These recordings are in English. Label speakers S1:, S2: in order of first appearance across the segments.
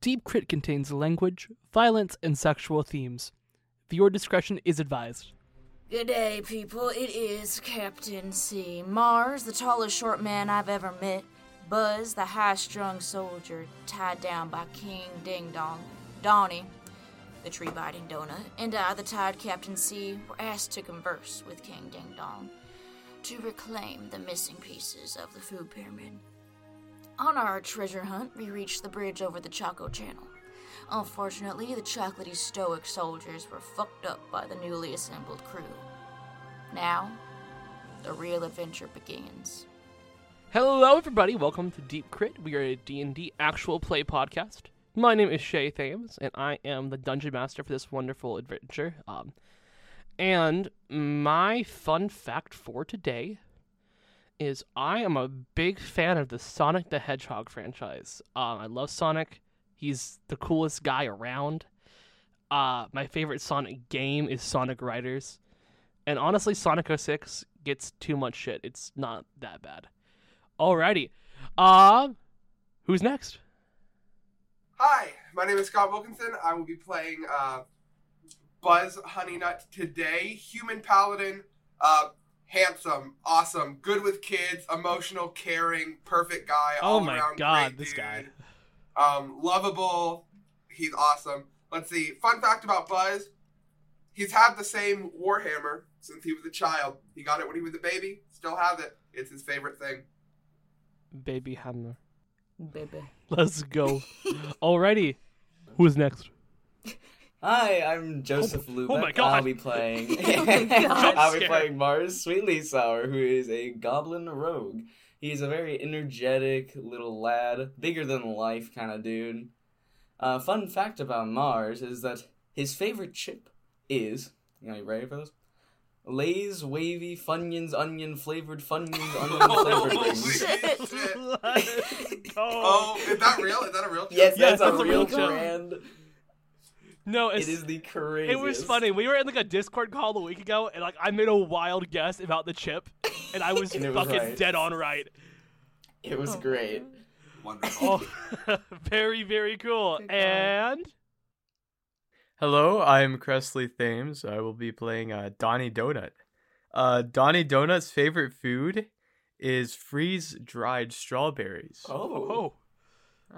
S1: Deep Crit contains language, violence, and sexual themes. Viewer discretion is advised.
S2: Good day, people. It is Captain C. Mars, the tallest short man I've ever met. Buzz, the high strung soldier tied down by King Ding Dong. Donnie, the tree biting donut. And I, the tied Captain C, were asked to converse with King Ding Dong to reclaim the missing pieces of the food pyramid. On our treasure hunt, we reached the bridge over the Chaco Channel. Unfortunately, the chocolatey stoic soldiers were fucked up by the newly assembled crew. Now, the real adventure begins.
S1: Hello, everybody. Welcome to Deep Crit. We are a D&D actual play podcast. My name is Shay Thames, and I am the Dungeon Master for this wonderful adventure. Um, and my fun fact for today is I am a big fan of the Sonic the Hedgehog franchise. Um, I love Sonic. He's the coolest guy around. Uh, my favorite Sonic game is Sonic Riders. And honestly, Sonic 06 gets too much shit. It's not that bad. Alrighty. Uh, who's next?
S3: Hi, my name is Scott Wilkinson. I will be playing uh, Buzz Honeynut today. Human paladin, uh, handsome, awesome, good with kids, emotional, caring, perfect guy.
S1: Oh
S3: all
S1: my
S3: around
S1: god,
S3: great
S1: this
S3: dude.
S1: guy.
S3: Um, lovable. He's awesome. Let's see. Fun fact about Buzz: he's had the same warhammer since he was a child. He got it when he was a baby. Still has it. It's his favorite thing.
S1: Baby Hammer.
S4: Baby.
S1: Let's go. Alrighty. Who's next?
S5: Hi, I'm Joseph Lubeck.
S1: oh my God.
S5: I'll be playing.
S4: Oh my God.
S5: I'll be
S1: Jump
S5: playing Mars Sweetly Sour, who is a goblin rogue. He's a very energetic little lad, bigger than life kind of dude. Uh, fun fact about Mars is that his favorite chip is. You know, you ready for this? Lay's wavy Funyuns onion flavored Funyuns onion flavored.
S3: Holy
S5: Lay's.
S3: shit.
S1: Let's go.
S3: Oh, is that real? Is that a real? joke?
S5: Yes,
S1: Yes,
S5: that's a real
S1: joke.
S5: brand.
S1: No,
S5: It
S1: it's,
S5: is the craziest.
S1: it was funny. We were in like a Discord call a week ago, and like I made a wild guess about the chip, and I was
S5: And
S1: fucking
S5: it was right.
S1: dead on right.
S5: It was
S4: Oh my
S5: great.
S4: God.
S3: Wonderful.
S1: Oh, very very cool.
S4: Good God.
S1: And
S6: Hello, I'm Cressley Thames. I will be playing uh, Donnie Donut. Uh, Donnie Donut's favorite food is freeze dried strawberries.
S1: oh,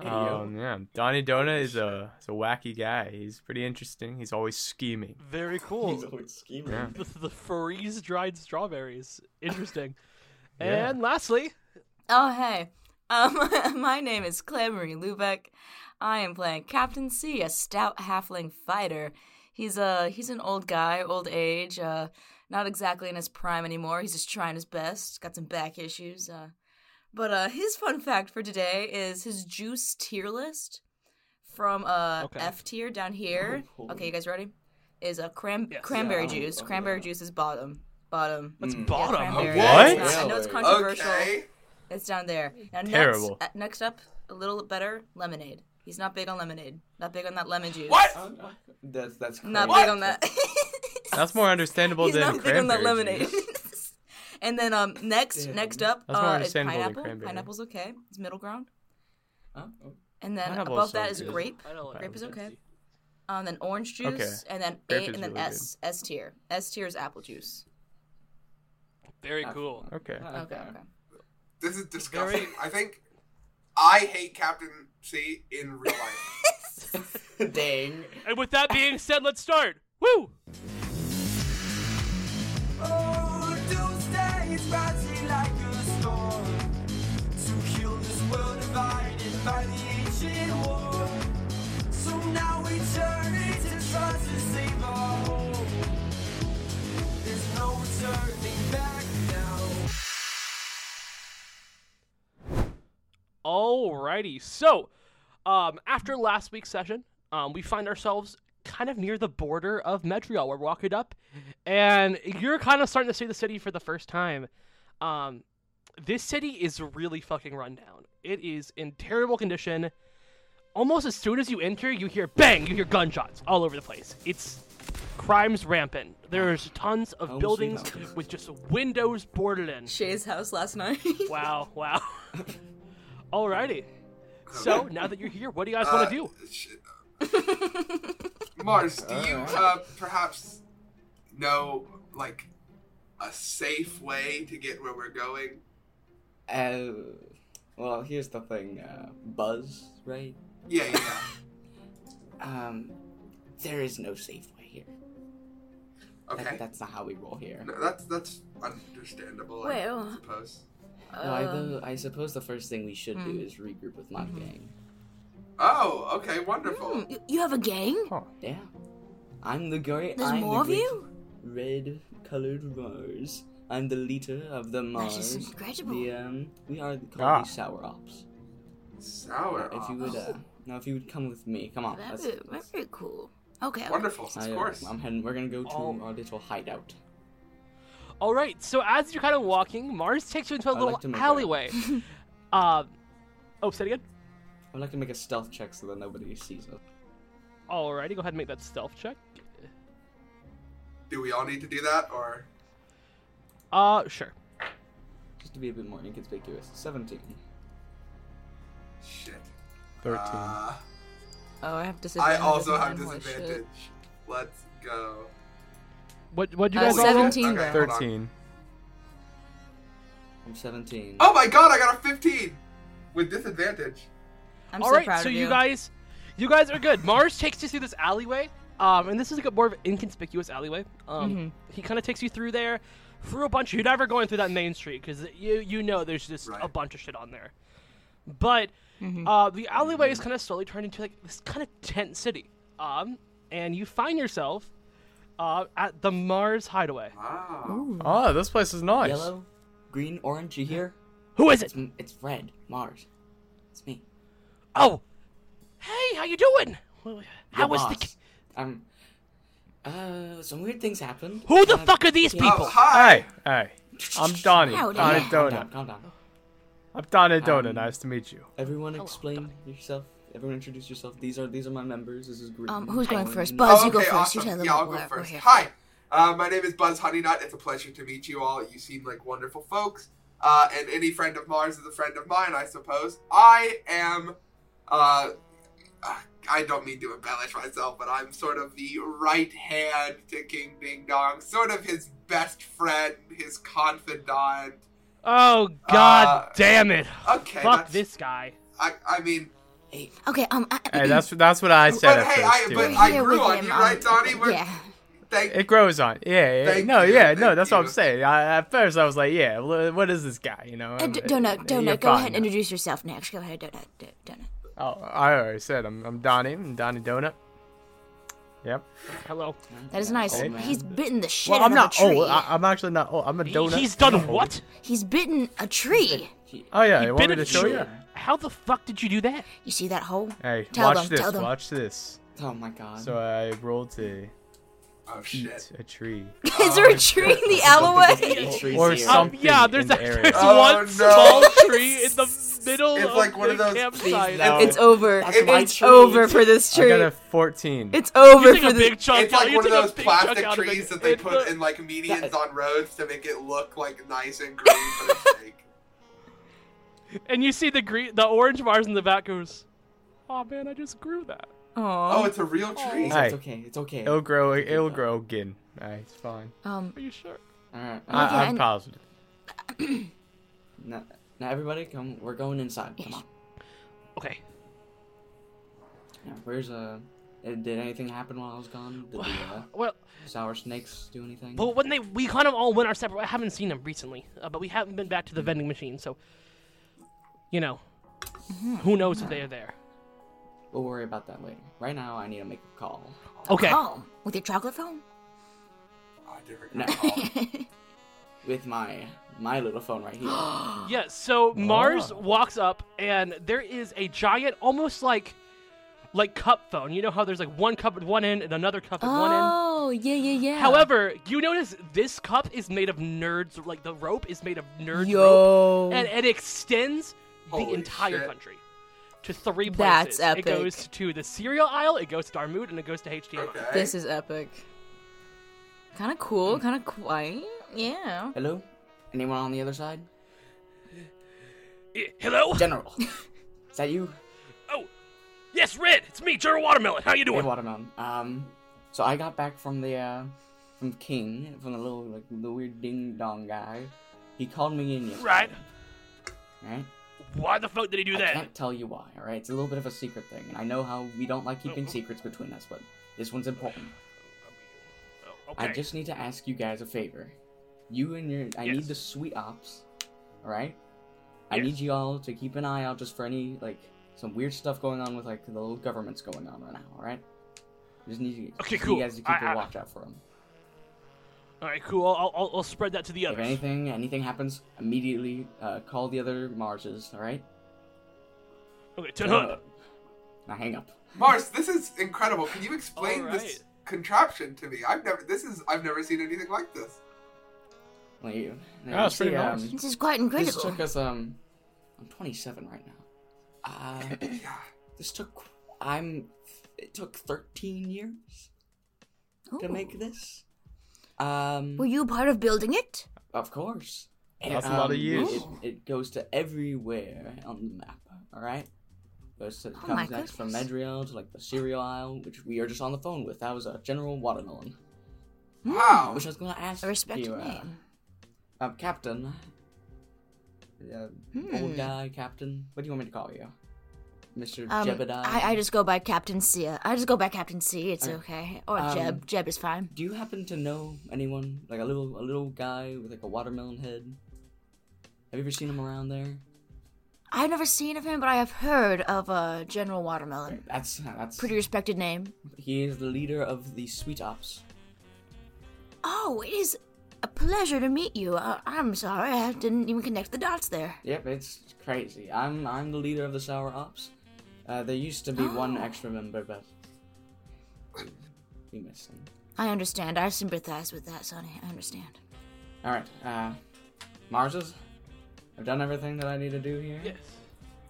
S5: Hey, yo.
S6: Um, yeah. Donnie Donut is a, is a wacky guy. He's pretty interesting. He's always scheming.
S1: very cool.
S5: He's always scheming.
S6: Yeah.
S1: the, the freeze dried strawberries. Interesting.
S6: Yeah.
S1: And lastly,
S2: Oh, hey. Um, my name is Claire Marie Lubeck. I am playing Captain C, a stout halfling fighter. He's a he's an old guy, old age, uh, not exactly in his prime anymore. He's just trying his best. Got some back issues. Uh, but uh, his fun fact for today is his juice tier list from uh,
S1: Okay.
S2: F tier down here.
S5: Oh, holy.
S2: okay, you guys ready? Is a cran-
S1: Yes.
S2: cranberry
S5: Yeah, I'm-
S2: juice.
S5: I'm
S2: cranberry
S5: down.
S2: juice is bottom. Bottom.
S1: that's
S5: Mm.
S1: bottom.
S2: Yeah, cranberry.
S6: What?
S2: It's not- I know it's
S5: Really?
S2: controversial.
S3: Okay.
S2: It's down there. Now, next-
S6: Terrible.
S2: uh, next up, a little better, lemonade. He's not big on lemonade. Not big on that lemon juice.
S3: What?
S5: That's that's crazy.
S2: Not big on that.
S6: That's more understandable
S2: He's
S6: than
S2: not big on that
S6: cranberry
S2: lemonade.
S6: juice.
S2: and then um next
S5: Damn.
S2: next up
S6: That's more
S2: uh, is
S6: understandable than
S2: pineapple.
S6: cranberry.
S2: Pineapple's okay. It's middle ground.
S5: Huh?
S2: And then
S6: Pineapple's
S2: above
S6: so
S2: that is
S6: good.
S2: grape.
S1: I don't like
S2: Grape is
S1: Pepsi.
S2: okay. Um, then orange juice.
S6: Okay.
S2: And then
S6: Grape
S2: A.
S6: is
S2: And then
S6: really
S2: S. S tier. S tier is apple juice.
S1: Very cool.
S6: Okay.
S2: Okay. Okay.
S3: This is disgusting. I think I hate Captain C in real life.
S5: Dang.
S1: And with that being said, let's start. Woo!
S7: Oh, Tuesday is rising like a storm to kill this world divided by the ancient war. So now we turn it to try to save our home. There's no turning back now.
S1: Alrighty. So, um, after last week's session, um, we find ourselves kind of near the border of Metreal. We're walking up, and you're kind of starting to see the city for the first time. Um, this city is really fucking rundown. It is in terrible condition. Almost as soon as you enter, you hear bang, you hear gunshots all over the place. It's crime's rampant. There's tons of
S5: Homes we
S1: buildings
S5: house.
S1: with just windows boarded in.
S2: Shay's house last night.
S1: Wow, wow. Alrighty. So now that you're here, what do you guys want
S3: Uh,
S1: to do?
S3: sh- Mars, do you uh, perhaps know like a safe way to get where we're going?
S5: Uh, well, here's the thing, uh, Buzz, right?
S3: Yeah, yeah, yeah.
S5: Um, there is no safe way here. That-
S3: Okay.
S5: that's not how we roll here.
S3: No, that's that's understandable. I
S2: Well,
S3: suppose.
S5: Why
S2: uh,
S5: though? I suppose the first thing we should
S2: hmm.
S5: do is regroup with
S2: Mm-hmm.
S5: my gang.
S3: Oh, okay, wonderful.
S2: hmm, you- you have a gang?
S5: Yeah, I'm the great.
S2: There's
S5: I'm the
S2: more of
S5: great
S2: you?
S5: Red-colored Mars. I'm the leader of the Mars.
S2: That is incredible.
S5: The um, we are called
S6: Ah.
S5: the Sour Ops.
S3: Sour. Oh,
S5: If you would, uh, now if you would come with me, come on.
S2: That'd
S5: let's-
S2: be very cool. Okay. oh, okay.
S3: wonderful, of
S5: I, uh,
S3: course.
S5: I'm heading. We're gonna go to
S1: Oh.
S5: our little hideout.
S1: All right. So as you're kind of walking, Mars takes you into a
S5: I
S1: little
S5: like to make a-
S1: alleyway. uh, oh, say it again.
S5: I'd like to make a stealth check so that nobody sees us.
S1: Alrighty, go ahead and make that stealth check.
S3: Do we all need to do that, or
S1: Uh, sure.
S5: Just to be a bit more inconspicuous. Seventeen.
S3: shit?
S6: 13.
S3: Uh,
S4: Oh, I have
S3: I
S4: disadvantage.
S3: also have
S4: on that shit.
S3: disadvantage. Let's go.
S1: What what you
S4: Uh,
S1: guys roll?
S4: 17
S3: Okay,
S4: though.
S3: hold on.
S6: 13.
S5: I'm seventeen.
S3: Oh my god, I got a 15 with disadvantage.
S4: I'm
S1: All
S4: so
S1: right,
S4: proud
S1: so
S4: of
S1: you guys, you guys are good. Mars takes you through this alleyway, um, and this is like a more of an inconspicuous alleyway. Um,
S4: Mm-hmm.
S1: he kind of takes you through there, through a bunch. You're never going through that main street because you you know there's just a
S3: Right.
S1: bunch of shit on there. But
S4: Mm-hmm.
S1: uh, the alleyway is kind of slowly turned into like this kind of tent city, um, and you find yourself uh, at the Mars Hideaway.
S3: Wow.
S6: Ah, this place is nice.
S5: Yellow, green, orange. You hear?
S1: Who is it?
S5: It's m- it's red. Mars. It's me.
S1: Oh, hey, how you doing? How
S5: your
S1: was the?
S5: boss.
S1: ki-
S5: Um. Uh, some weird things happened.
S1: Who the
S5: Uh,
S1: fuck are these
S5: yeah.
S1: people?
S3: Oh, hi.
S6: Hey, hey. I'm Donnie.
S2: Howdy.
S6: Donnie
S2: Yeah.
S5: Calm down.
S6: Donut.
S5: Calm down.
S6: I'm Donnie Donut.
S5: Um,
S6: Nice to meet you.
S5: Everyone, explain yourself. Everyone, introduce yourself. These are these are my members. This is green.
S2: Um, who's going
S5: orange.
S2: first?
S3: Oh,
S2: Buzz,
S3: okay,
S2: you go first.
S3: awesome.
S2: You tell them
S3: yeah, I'll
S2: what
S3: go
S2: we're-
S3: first.
S2: we're here for.
S3: Hi, uh, my name is Buzz Honeynut. It's a pleasure to meet you all. You seem like wonderful folks, uh, and any friend of Mars is a friend of mine, I suppose. I am. Uh, I don't mean to embellish myself, but I'm sort of the right hand to King Ding Dong, sort of his best friend, his confidant.
S1: Oh God
S3: Uh,
S1: damn it!
S3: Okay,
S1: Fuck
S3: that's-
S1: this guy.
S3: I, I mean,
S5: Hey,
S2: Okay. Um. I,
S6: Hey, that's that's what I said
S3: but
S6: at
S3: oh, hey,
S6: first,
S3: I,
S6: dude.
S3: but
S2: we're
S3: I
S2: here
S3: grew
S2: with
S3: on
S2: him,
S3: you,
S2: um,
S3: right, Donnie? We're,
S2: Yeah.
S3: Thank
S6: It grows on. Yeah, yeah.
S3: Thank
S6: No,
S3: you,
S6: yeah, no,
S3: thank
S6: that's what I'm
S3: you.
S6: saying. I, at first, I was like, yeah, wh- what is this guy? You know?
S2: Uh,
S6: I'm-
S2: D- donut,
S6: you're
S2: donut. Go ahead
S6: fine.
S2: and introduce yourself next. Go ahead, donut, D- donut.
S6: Oh, I already said I'm, I'm Donnie. I'm Donnie Donut. Yep.
S1: Hello.
S2: That is nice.
S3: Oh,
S5: Old man.
S2: He's bitten the shit
S6: Well,
S2: out
S6: I'm
S2: of
S6: not
S2: a tree.
S6: old. I, I'm actually not old. I'm a donut.
S1: He's done what?
S2: He's bitten a tree.
S5: he-
S6: Oh yeah, you want
S1: Bit
S6: me
S1: of
S6: to show you?
S1: shit. How the fuck did you do that?
S2: You see that hole?
S6: Hey,
S2: Tell
S6: watch
S2: them,
S6: this.
S2: tell them.
S6: Watch this.
S5: oh my god.
S6: So I rolled to
S3: Oh
S6: eat
S3: shit.
S6: a tree
S2: is there a tree in the
S5: I don't
S2: alleyway?
S5: think there's any trees
S6: or
S5: here.
S1: Um,
S6: something.
S1: yeah, there's,
S6: in
S1: a,
S6: the area.
S1: there's
S3: Oh,
S1: one
S3: no.
S1: small tree in the middle
S3: It's
S1: of
S3: like one
S1: the
S3: of those-
S1: campsite.
S5: no.
S4: It's over.
S5: That's my
S4: It's
S5: tree.
S4: over for this
S6: I
S4: tree.
S6: got a 14.
S4: It's over
S1: You take
S4: for
S1: a
S4: this.
S1: big chunk
S3: it's
S1: out-
S3: like
S1: you
S3: one of
S1: take a
S3: those
S1: big chunk
S3: plastic
S1: out of it.
S3: trees that they
S1: It-
S3: put in like medians
S5: That-
S3: on roads to make it look like nice and green, but it's fake.
S1: And you see the green, the orange bars in the back goes. Oh man, I just grew that.
S3: Oh,
S4: Aww.
S3: it's a real
S1: Oh.
S3: tree.
S6: Hey.
S5: It's okay. It's okay.
S6: it'll
S5: All
S6: grow. It'll grow again. Alright, it's fine.
S2: Um.
S1: Are you sure?
S5: right.
S6: I,
S2: Okay,
S6: I'm
S2: and-
S6: positive.
S5: Now, now everybody, come. We're going inside. Come on.
S1: Okay.
S5: Now, where's uh? Did anything happen while I was gone? Did the uh,
S1: Well,
S5: sour snakes do anything?
S1: but when they we kind of all went our separate. I haven't seen them recently, uh, but we haven't been back to the vending machine, so you know, who knows if they're there.
S5: We'll worry about that later. Right now, I need to make a call.
S1: Okay.
S2: Oh, with your chocolate phone?
S3: Oh, different
S5: No. With my my little phone right here.
S1: Yeah, so
S2: Oh.
S1: Mars walks up and there is a giant almost like like cup phone. You know how there's like one cup at one end and another cup at one end?
S2: Oh, yeah, yeah, yeah.
S1: However, you notice this cup is made of nerds like the rope is made of nerds
S4: Yo.
S5: Oh.
S1: rope and it extends the
S3: Holy
S1: entire
S3: shit.
S1: country to three places.
S4: That's
S1: It goes
S4: epic.
S1: to the cereal aisle, it goes to Darmood, and it goes to HDMI.
S3: Okay.
S4: This is epic. Kind of cool. Kind of quiet. Yeah.
S5: Hello? Anyone on the other side?
S1: Eh, Hello?
S5: General. Is that you?
S1: Yes, Red, it's me, Gerald Watermelon. How you
S5: Hey,
S1: doing?
S5: Watermelon. Um, so I got back from the uh, from King, from the little like the weird ding dong guy. He called me in yesterday.
S1: Right.
S5: Right.
S1: Why the fuck did he do
S5: I
S1: that?
S5: can't tell you why. All right. It's a little bit of a secret thing, and I know how we don't like keeping secrets between us, but this one's important.
S1: Oh, okay.
S5: I just need to ask you guys a favor. You and your, I
S1: Yes.
S5: need the sweet ops. All right. I
S1: Yes.
S5: need you all to keep an eye out just for any like some weird stuff going on with like the little governments going on right now. All right. Just need you,
S1: Okay,
S5: just need
S1: cool.
S5: you guys to keep
S1: I- I-
S5: a watch out for them.
S1: All right, cool. I'll, I'll, I'll spread that to the
S5: If
S1: others.
S5: anything, anything happens, immediately uh, call the other Marses. All right.
S1: Okay, turn
S5: Uh.
S1: on.
S5: Now hang up.
S3: Mars, this is incredible. Can you explain this
S1: Alright.
S3: contraption to me? I've never this is I've never seen anything like this.
S5: Like, you-
S6: Yeah, that's pretty
S5: um,
S6: nice.
S2: This is quite incredible.
S5: This took us um, I'm 27 right now. Uh,
S3: Yeah.
S5: this took I'm it took 13 years to make this. Um,
S2: Were you part of building it?
S5: of course. um,
S6: That's a lot of years.
S5: It, it goes to everywhere on the map. All right. Goes to,
S2: Oh my
S5: comes next from
S2: goodness.
S5: Medriel to like the cereal aisle, which we are just on the phone with. That was a General Watermelon.
S3: Wow.
S5: Which I was gonna ask
S2: A respected
S5: you, uh,
S2: name.
S5: uh, Captain. Uh,
S2: Hmm.
S5: Old guy, Captain. What do you want me to call you, Mister
S2: Um,
S5: Jebediah?
S2: I, I just go by Captain Sia. I just go by Captain C. It's
S5: Okay.
S2: okay. Or
S5: Um,
S2: Jeb. Jeb is fine.
S5: Do you happen to know anyone like a little a little guy with like a watermelon head? Have you ever seen him around there?
S2: I've never seen of him, but I have heard of uh, General Watermelon.
S5: That's that's
S2: Pretty respected name.
S5: He is the leader of the Sweet Ops.
S2: Oh, it is a pleasure to meet you. I, I'm sorry, I didn't even connect the dots there.
S5: Yep, it's crazy. I'm I'm the leader of the Sour Ops. Uh, there used to be one
S2: Oh.
S5: extra member, but we missed him.
S2: I understand. I sympathize with that, Sonny. I understand.
S5: All right, uh, Marses, I've done everything that I need to do here.
S1: Yes.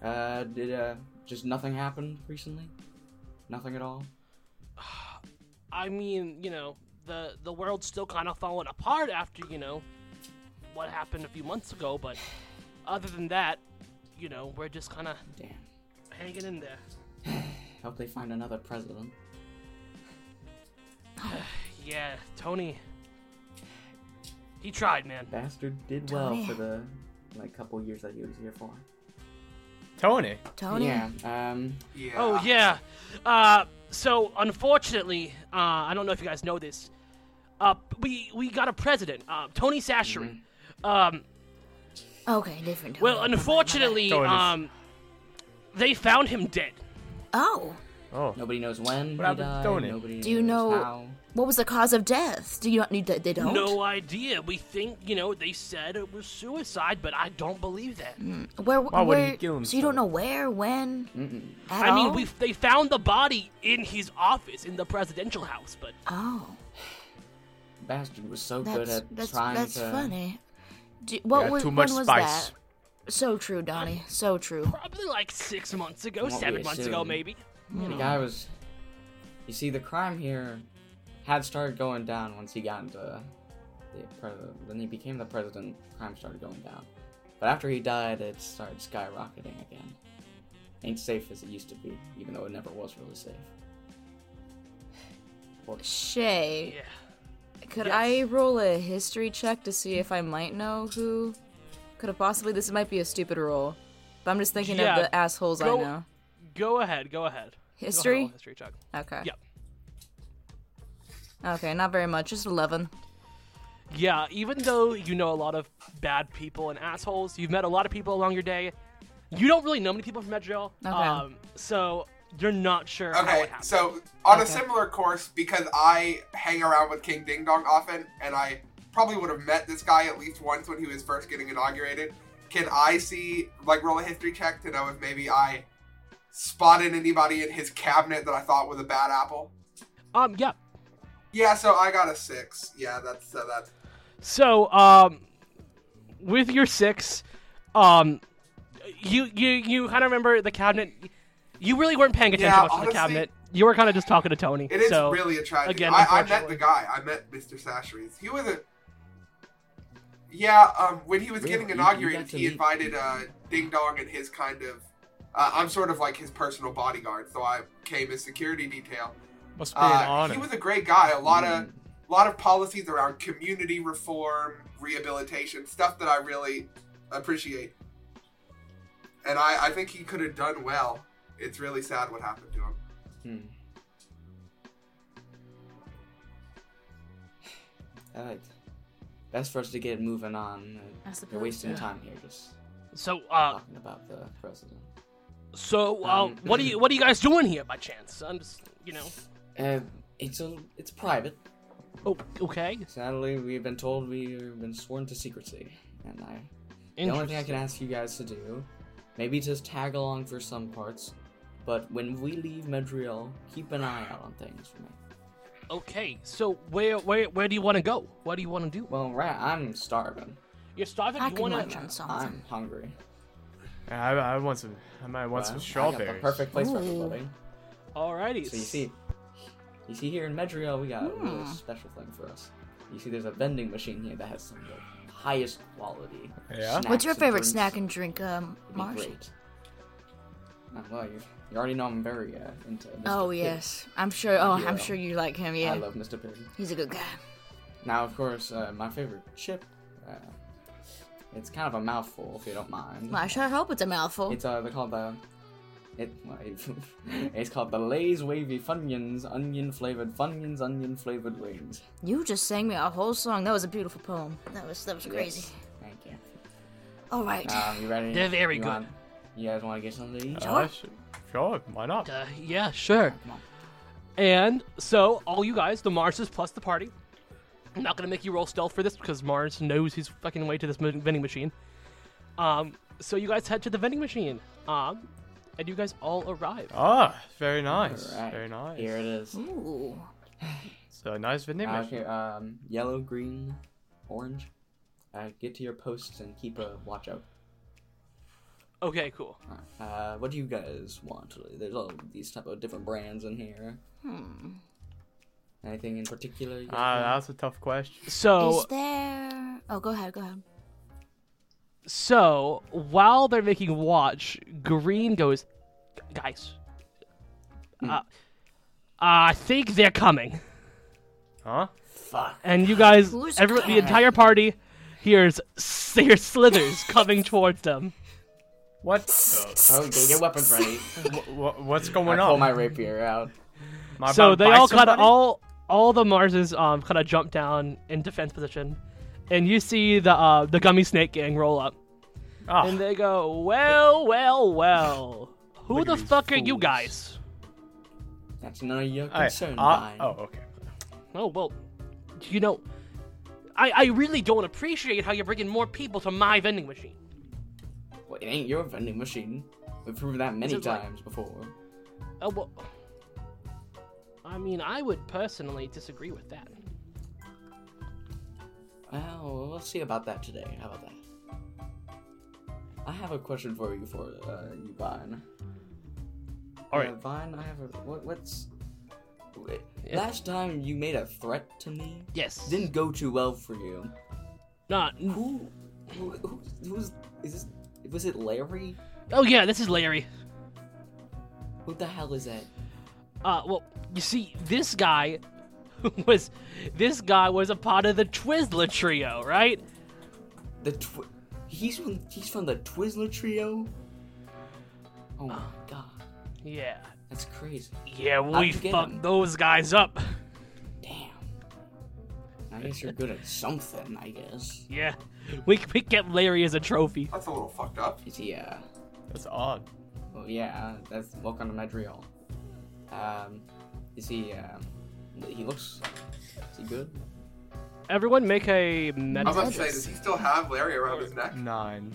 S5: Uh, did uh, just nothing happen recently? Nothing at all.
S1: I mean, you know, the the world's still kind of falling apart after you know what happened a few months ago. But other than that, you know, we're just kind of
S5: Damn.
S1: hanging in there.
S5: Hope they find another president.
S1: Yeah, Tony. He tried, man.
S5: Bastard did well
S2: Tony.
S5: for the like couple years that he was here for.
S6: Tony.
S2: Tony?
S5: Yeah. Um.
S3: Yeah.
S1: Oh yeah. Uh, so unfortunately, uh, I don't know if you guys know this. Uh, we we got a president, uh, Tony Sashery. Um,
S2: Okay, different Tony.
S1: well, unfortunately,
S6: Tony.
S1: um, they found him dead.
S2: Oh,
S6: Oh.
S5: Nobody knows when
S6: What
S5: he
S6: happened to
S5: died.
S6: Tony?
S5: Nobody
S2: Do you
S5: knows
S2: know-
S5: how.
S2: what was the cause of death? Do you not need that? They don't?
S1: No idea. We think you know they said it was suicide, but I don't believe that.
S2: Where,
S6: Why would he
S2: where,
S6: kill
S2: So you don't
S6: himself?
S2: know where, when, at
S1: I mean,
S2: all?
S1: we they found the body in his office in the presidential house, but
S2: Oh,
S5: Bastard was so good
S2: that's
S5: at
S2: that's
S5: trying
S2: that's
S5: to.
S2: funny. Do, what
S6: Yeah,
S2: was
S6: too much
S2: when was
S6: spice.
S2: that? So true, Donnie. So true.
S1: probably like six months ago,
S5: From what
S1: seven
S5: we
S1: months ago,
S5: assume.
S1: maybe.
S5: The guy was. You see, the crime here had started going down once he got into the president. When he became the president, crime started going down. But after he died, it started skyrocketing again. Ain't safe as it used to be, even though it never was really safe.
S4: Shay,
S1: Yeah.
S4: could
S1: Yes.
S4: I roll a history check to see if I might know who could have possibly? This might be a stupid roll, but I'm just thinking
S1: Yeah,
S4: of the assholes
S1: go-
S4: I know.
S1: Go ahead. Go ahead. Go ahead, roll
S4: History?
S1: a history check.
S4: Okay.
S1: Yep.
S4: Okay, not very much. Just 11.
S1: Yeah, even though you know a lot of bad people and assholes, you've met a lot of people along your day. You don't really know many people from Medrill,
S4: Okay.
S1: um, so you're not sure how
S3: Okay,
S1: it happened.
S3: so on a
S4: Okay.
S3: similar course, because I hang around with King Ding Dong often, and I probably would have met this guy at least once when he was first getting inaugurated. Can I see, like, roll a history check to know if maybe I spotted anybody in his cabinet that I thought was a bad apple?
S1: um, yeah.
S3: Yeah, so I got a six. Yeah, that's so that's
S1: So, um, with your six, um, you you you kind of remember the cabinet. You really weren't paying attention
S3: Yeah,
S1: much to the
S3: honestly-
S1: cabinet. You were kind of just talking to Tony.
S3: it is
S1: so,
S3: really a tragedy.
S1: again,
S3: I, I met
S1: unfortunately.
S3: the guy. I met Mr. Sasheries. He was a yeah. Um, when he was
S5: Really?
S3: getting
S5: You- you
S3: inaugurated,
S5: got to
S3: he
S5: meet-
S3: invited uh, Ding Dong and his kind of Uh, I'm sort of like his personal bodyguard, so I came as security detail.
S6: Must be an
S3: Uh,
S6: honor.
S3: he was a great guy. A lot of
S5: Mm.
S3: lot of policies around community reform, rehabilitation, stuff that I really appreciate. And I, I think he could have done well. It's really sad what happened to him.
S5: Hmm. All right. Best for us to get moving on.
S4: I
S5: We're
S4: suppose
S5: wasting
S4: so.
S5: time here just
S1: So, uh,
S5: talking about the president.
S1: so, uh,
S5: Um,
S1: what are you, what are you guys doing here by chance? I'm just, you know.
S5: Uh, it's a, it's private.
S1: Oh, okay.
S5: Sadly, we've been told we've been sworn to secrecy, and I The only thing I
S1: Interesting.
S5: can ask you guys to do, maybe just tag along for some parts, but when we leave Montreal, keep an eye out on things for me.
S1: Okay, so where, where, where do you want to go? What do you want to do?
S5: Well, right, I'm starving.
S1: You're starving.
S2: I
S1: you
S2: can
S1: want
S2: munch
S1: to?
S2: on
S5: I'm
S2: something.
S5: hungry.
S6: I, I want some. I might want
S5: Well, I
S6: some
S5: got the
S6: strawberries.
S5: perfect place for everybody.
S1: Alrighty.
S5: So you see, you see here in Montreal, we got a
S2: Hmm.
S5: little special thing for us. You see, there's a vending machine here that has some of the highest quality.
S6: Yeah?
S2: What's your
S5: snacks and
S2: favorite
S5: drinks.
S2: snack and drink, um,
S5: It'd be
S2: Mars?
S5: great. Uh, well, you, you already know I'm very uh, into. Mr.
S4: Oh
S5: Pig.
S4: yes, I'm sure. Oh,
S5: Yeah.
S4: I'm sure you like him. Yeah,
S5: I love Mr. Pig.
S4: he's a good guy.
S5: Now, of course, uh, my favorite chip. Uh, it's kind of a mouthful, if you don't mind.
S4: Well, I sure hope it's a
S1: Oh.
S4: mouthful.
S5: It's uh, they're called the. It, well, it's called the Lay's Wavy Funyuns Onion Flavored Funyuns Onion Flavored Wings.
S4: You just sang me a whole song. That was a beautiful poem. That was that was crazy.
S5: Yes. Thank you.
S4: All right.
S5: Um, you ready?
S1: They're very
S5: You
S1: good.
S5: want- you guys want to get something to eat?
S6: Uh, sh- sure, why not?
S1: Uh, yeah, sure.
S5: Come on.
S1: And so, all you guys, the Marses plus the party. I'm not gonna make you roll stealth for this because Mars knows his fucking way to this m- vending machine. Um, so you guys head to the vending machine. Um, and you guys all arrive.
S6: Ah, very nice.
S5: All right.
S6: Very nice.
S5: Here it is.
S1: Mm,
S4: Ooh.
S6: So nice vending
S5: Uh,
S6: machine.
S5: okay, um, yellow, green, orange. Uh, get to your posts and keep a watch out.
S1: Okay, cool.
S5: Uh, what do you guys want? There's all these type of different brands in here. Hmm. Anything in particular? you guys
S6: Ah,
S5: want?
S6: that's a tough question.
S1: So,
S2: Is there? Oh, go ahead, go ahead.
S1: so while they're making watch, Green goes, guys.
S6: Hmm.
S1: Uh, I think they're coming.
S6: Huh?
S1: and you guys,
S2: Who's
S1: every, the
S2: coming?
S1: entire party hears s- hears slithers coming towards them.
S6: What? the-
S5: Oh, get your weapons ready.
S6: wh- wh- what's going
S5: I pull
S6: on?
S5: my rapier out.
S6: Am I
S1: so
S6: about to
S1: they
S6: bite
S1: all kind of
S6: somebody?
S1: all all the Marses um kind of jump down in defense position, and you see the uh, the gummy snake gang roll up,
S6: Ah,
S1: and they go, well, well, well, who
S6: Look at
S1: the
S6: these
S1: fuck are you
S6: fools.
S1: guys?
S5: That's none of your
S6: all right,
S5: concern,
S6: ah,
S1: uh,
S5: Vine.
S6: oh, okay.
S1: Oh well, you know, I I really don't appreciate how you're bringing more people to my vending machine.
S5: Well, it ain't your vending machine. We've proven that many
S1: it like-
S5: times before.
S1: Oh well. I mean, I would personally disagree with that.
S5: Well, we'll we'll see about that today. How about that? I have a question for you, for uh, you, Vine.
S6: All
S5: Uh,
S6: right.
S5: Vine, I have a what, what's. wait,
S1: Yeah.
S5: Last time you made a threat to me,
S1: Yes.
S5: didn't go too well for you.
S1: Not.
S5: Who, who, who's, who's is this? Was it Larry?
S1: Oh yeah, this is Larry.
S5: Who the hell is that?
S1: Uh, well, you see, this guy was this guy was a part of the Twizzler trio, right?
S5: The tw- he's from he's from the Twizzler trio. Oh my god,
S1: Yeah.
S5: that's crazy.
S1: Yeah,
S5: How'd
S1: we
S5: you get
S1: fucked
S5: him?
S1: those guys up.
S5: Damn. I guess you're good at something. I guess.
S1: Yeah. We we kept Larry as a trophy.
S3: That's a little fucked up.
S5: Is he? Uh,
S6: That's odd.
S5: well, yeah. That's welcome to Madrigal. Um, is he? Um, he looks. Is he good?
S1: Everyone, make a
S3: I was
S1: med-
S3: about to say, does he still have Larry around his neck?
S6: Nine.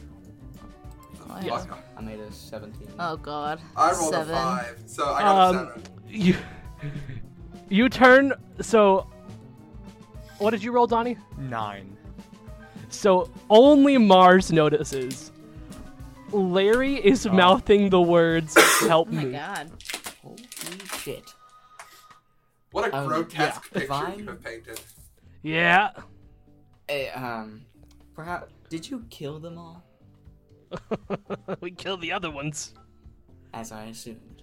S3: Fuck.
S5: I made a 17.
S2: Ah.
S4: Oh God.
S3: I rolled
S4: Seven.
S3: a five, so I got
S1: Um,
S3: a seven.
S1: you. You turn. So, what did you roll, Donnie?
S6: Nine.
S1: So only Mars notices. Larry is
S3: Oh.
S1: mouthing the words "Help me."
S4: God.
S5: Holy shit.
S3: What a
S5: um,
S3: grotesque
S5: yeah.
S3: picture
S5: Vine-
S3: you have painted.
S1: Yeah.
S5: Eh, um, perhaps did you kill them all?
S1: we killed the other ones.
S5: as I assumed.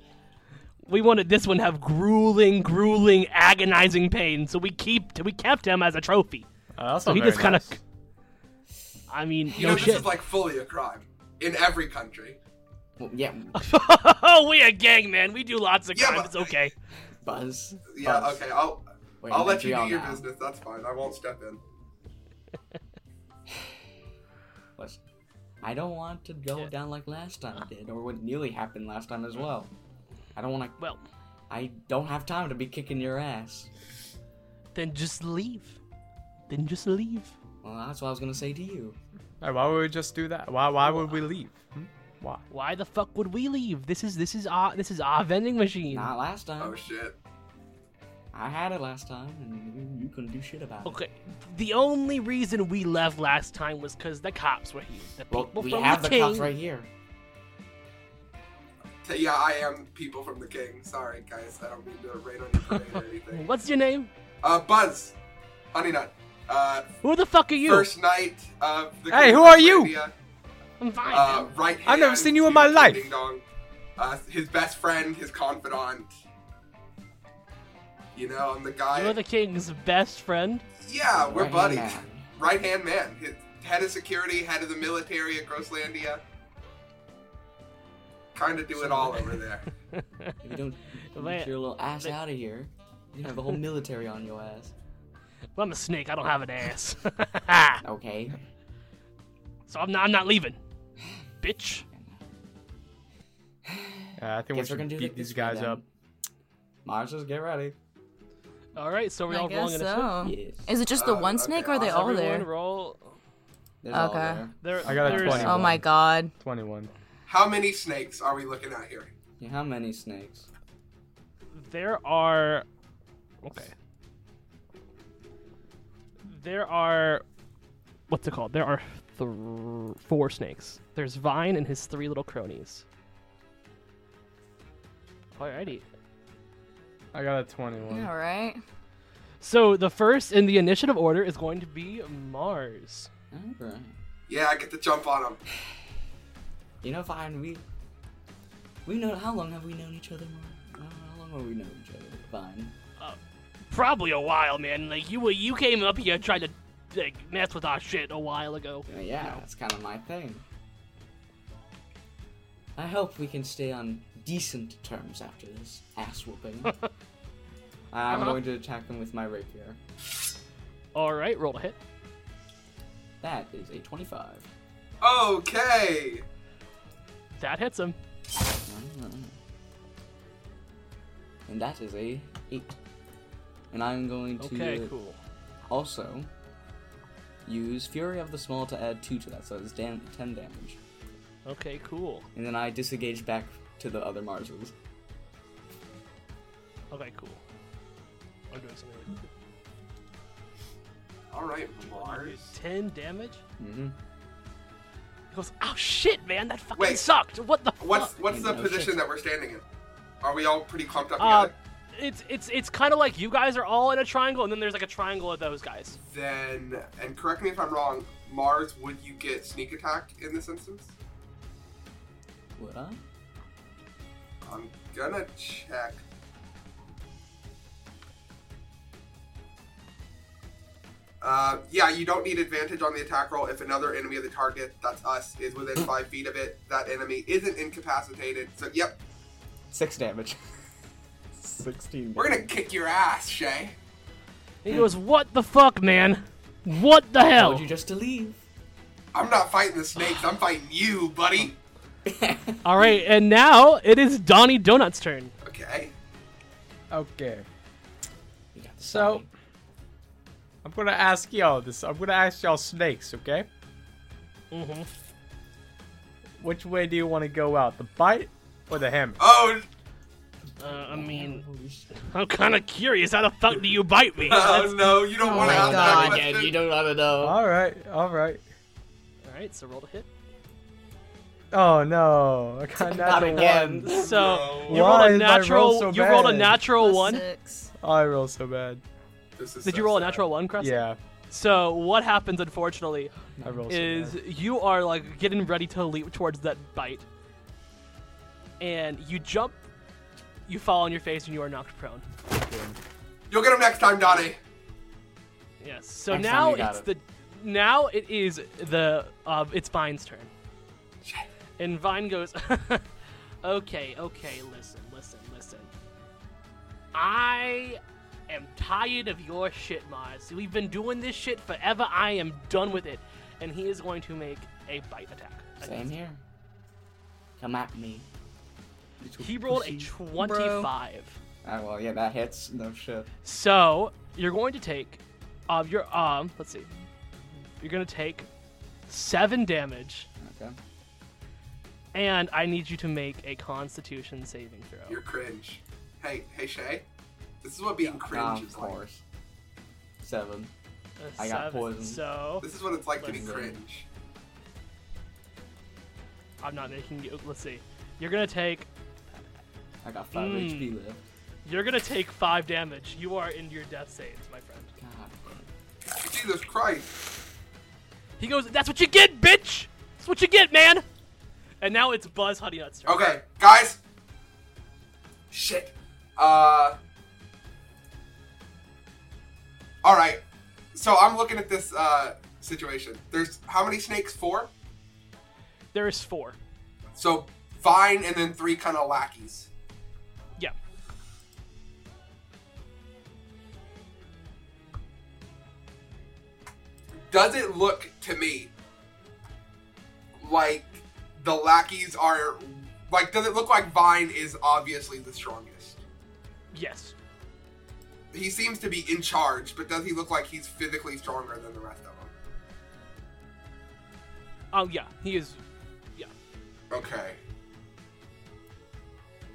S1: We wanted this one to have grueling, grueling, agonizing pain, so we keep we kept him as a trophy.
S6: Uh, that's
S1: So
S6: not
S1: he
S6: very
S1: just kind of.
S6: nice.
S1: I mean,
S3: You
S1: no
S3: know, this
S1: shit.
S3: is like fully a crime in every country.
S5: Well, yeah,
S1: oh, we a gang, man. We do lots of
S3: Yeah,
S1: crime.
S3: but-
S1: It's okay.
S5: Buzz.
S3: Yeah,
S5: Buzz,
S3: okay. I'll
S5: we're
S3: I'll
S5: in the
S3: let you do
S5: jail
S3: your
S5: now.
S3: business. That's fine. I won't step in.
S5: Listen, I don't want to go
S1: Yeah.
S5: down like last time I did, or what nearly happened last time as well. I don't want to.
S1: Well,
S5: I don't have time to be kicking your ass.
S1: then just leave. Then just leave.
S5: Well, that's what I was gonna say to you.
S6: Hey, why would we just do that? Why why would we leave? Hmm? Why?
S1: Why the fuck would we leave? This is this is our this is our vending machine.
S5: Not last time.
S3: Oh shit.
S5: I had it last time, and you, you couldn't do shit about it.
S1: Okay, the only reason we left last time was because the cops were here. The
S5: Well,
S1: people
S5: we
S1: from
S5: have
S1: the,
S5: the
S1: king.
S5: cops right here.
S3: T- Yeah, I am people from the king. Sorry, guys. I don't mean to rain on your parade or anything.
S1: What's your name?
S3: Uh, Buzz, Honey Nut. Uh,
S1: Who the fuck are you?
S3: first night of the.
S6: Hey,
S3: King
S6: who
S3: of
S6: are you?
S3: Arabia.
S1: I'm fine.
S3: Uh,
S1: man.
S3: right hand.
S6: I've never seen you in my
S3: Ding
S6: life.
S3: Ding dong. Uh, his best friend, his confidant. You know, I'm the guy.
S1: You're the king's best friend.
S3: Yeah, we're
S5: Right-hand
S3: buddies.
S5: man.
S3: Right hand man. His head of security, head of the military at Grosslandia. Kind of do it all over there.
S5: If you don't
S1: Wait,
S5: get your little ass
S1: they-
S5: out of here, you have the whole military on your ass.
S1: Well, I'm a snake. I don't have an ass,
S5: Okay.
S1: so I'm not. I'm not leaving, bitch.
S6: Yeah, I think
S5: Guess
S6: we
S5: we're
S6: should
S5: gonna do
S6: beat
S5: it
S6: these
S5: this way
S6: guys
S5: then.
S6: up.
S5: Mars says, get ready.
S1: All right, so we're
S4: I
S1: all rolling
S4: guess
S1: initiative.
S4: so.
S5: Yes.
S4: Is it just the
S3: Uh,
S4: one
S3: okay,
S4: snake or are they
S3: awesome.
S4: all
S1: Everyone
S4: there?
S1: roll.
S5: There's all
S4: Okay.
S5: there.
S1: There,
S6: I got a
S1: there's-
S6: 20.
S4: Oh my god.
S6: Twenty-one.
S3: How many snakes are we looking at here?
S5: Yeah, how many snakes?
S1: There are. Okay. There are. What's it called? There are th- four snakes. There's Vine and his three little cronies. Alrighty.
S6: I got a twenty-one.
S4: All right.
S1: So the first in the initiative order is going to be Mars.
S5: Alright.
S3: Yeah, I get to jump on them.
S5: You know, fine, we. We know. How long have we known each other, Mars? How long have we known each other? Fine.
S1: Probably a while, man. Like you were, you came up here trying to like, mess with our shit a while ago.
S5: Uh, yeah, that's kind of my thing. I hope we can stay on decent terms after this ass whooping. I'm
S1: Uh-huh.
S5: going to attack him with my rapier.
S1: All right, roll a hit.
S5: That is a 25.
S3: Okay.
S1: That hits him.
S5: And that is a 8. And I'm going to
S1: Okay, cool.
S5: also use Fury of the Small to add 2 to that, so it's dam- 10 damage.
S1: Okay, cool.
S5: And then I disengage back to the other Marses.
S1: Okay, cool. I'm doing something. Really cool.
S3: All right, Mars.
S1: Ten damage.
S5: Mm-hmm.
S1: He goes, "Oh shit, man, that fucking
S3: Wait.
S1: sucked. What the
S3: What's
S1: fuck?"
S3: what's the
S5: No
S3: position
S5: shit.
S3: that we're standing in? Are we all pretty clumped up
S1: Uh,
S3: together?
S1: it's it's it's kind of like you guys are all in a triangle, and then there's like a triangle of those guys.
S3: Then, and correct me if I'm wrong, Mars, would you get sneak attack in this instance?
S5: Would I?
S3: I'm gonna check. Uh, yeah, you don't need advantage on the attack roll if another enemy of the target, that's us, is within five feet of it. That enemy isn't incapacitated. So, yep,
S5: 6 damage. 16.
S3: we're gonna
S5: damage.
S3: kick your ass, Shay.
S1: He
S6: Hmm.
S1: goes, "What the fuck, man? What the
S5: Told
S1: hell?"
S5: you just to leave.
S3: I'm not fighting the snakes, I'm fighting you, buddy.
S1: All right, and now it is Donnie Donut's turn.
S3: Okay.
S6: Okay.
S5: You got the
S6: So-
S5: sign.
S6: I'm gonna ask y'all this. I'm gonna ask y'all snakes, okay?
S1: Mm-hmm.
S6: Which way do you want to go out, the bite or the hammer?
S3: Oh,
S1: Uh, I mean,
S5: Holy shit.
S1: I'm kind of curious. How the fuck do you bite me?
S3: oh no, you don't want
S4: my
S3: to ask
S4: God,
S3: that
S5: yeah,
S3: question.
S5: you don't wanna know.
S6: All right, all right.
S1: All right, so roll to hit.
S6: Oh no, I got
S5: Not
S6: another
S5: again.
S6: one.
S1: So
S6: No.
S1: you rolled
S6: Why
S1: a
S6: is my
S1: natural.
S6: roll so
S1: you rolled a
S6: bad?
S1: natural
S4: Plus
S1: one.
S4: Six.
S6: Oh, I roll so bad.
S3: This is
S1: Did
S3: so
S1: you roll a
S3: sad.
S1: natural one, Crest?
S6: Yeah,
S1: So what happens, unfortunately,
S6: I roll so
S1: is
S6: bad.
S1: you are like getting ready to leap towards that bite. and you jump, you fall on your face, and you are knocked prone.
S3: You'll get him next time, Donnie.
S1: Yes. So
S5: Next time
S1: now
S5: you got
S1: it's
S5: it.
S1: the now it is the uh, it's Vine's turn. And Vine goes, "Okay, okay, listen, listen, listen. I am tired of your shit, Mars. We've been doing this shit forever. I am done with it." And he is going to make a bite attack.
S5: Same here. Come at me. little
S1: He rolled a
S5: pussy.
S1: 25.
S5: Ah, well, yeah, that hits. No shit.
S1: So you're going to take of your um. Let's see. You're going to take seven damage,
S5: Okay.
S1: and I need you to make a Constitution saving throw.
S3: You're cringe. Hey, hey, Shay. This is what being
S5: Ah,
S3: cringe
S5: of
S3: is like.
S5: course. Seven.
S1: A
S5: I got
S1: seven.
S5: poisoned.
S1: So
S3: This is what it's like to be
S1: Listen.
S3: cringe.
S1: I'm not making you. Let's see. You're gonna take.
S5: I got five
S1: Mm.
S5: HP left.
S1: You're gonna take five damage. You are in your death saves, my friend.
S5: God.
S3: Jesus Christ.
S1: He goes. That's what you get, bitch. That's what you get, man. And now it's Buzz Honey Nut's turn.
S3: Okay, guys. Shit. Uh. All right. So I'm looking at this uh, situation. There's how many snakes? Four.
S5: Oh.
S1: There is four.
S3: So Vine and then three kind of lackeys.
S1: Yeah.
S3: Does it look to me like the lackeys are like? Does it look like Vine is obviously the strongest?
S1: Yes.
S3: He seems to be in charge, but does he look like he's physically stronger than the rest of them?
S1: Oh yeah. He is. Yeah.
S3: Okay.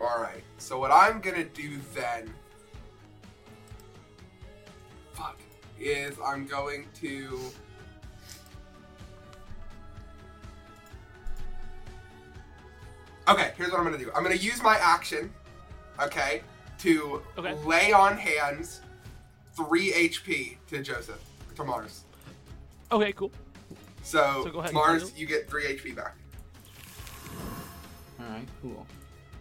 S3: Alright. So what I'm gonna do then Fuck. Is I'm going to Okay, here's what I'm gonna do. I'm gonna use my action, okay, to
S1: Okay.
S3: lay on hands three HP to Joseph to Mars.
S1: Okay. Cool.
S3: So,
S1: So go ahead and
S3: Mars,
S1: heal.
S3: you get three HP back.
S5: Alright, cool.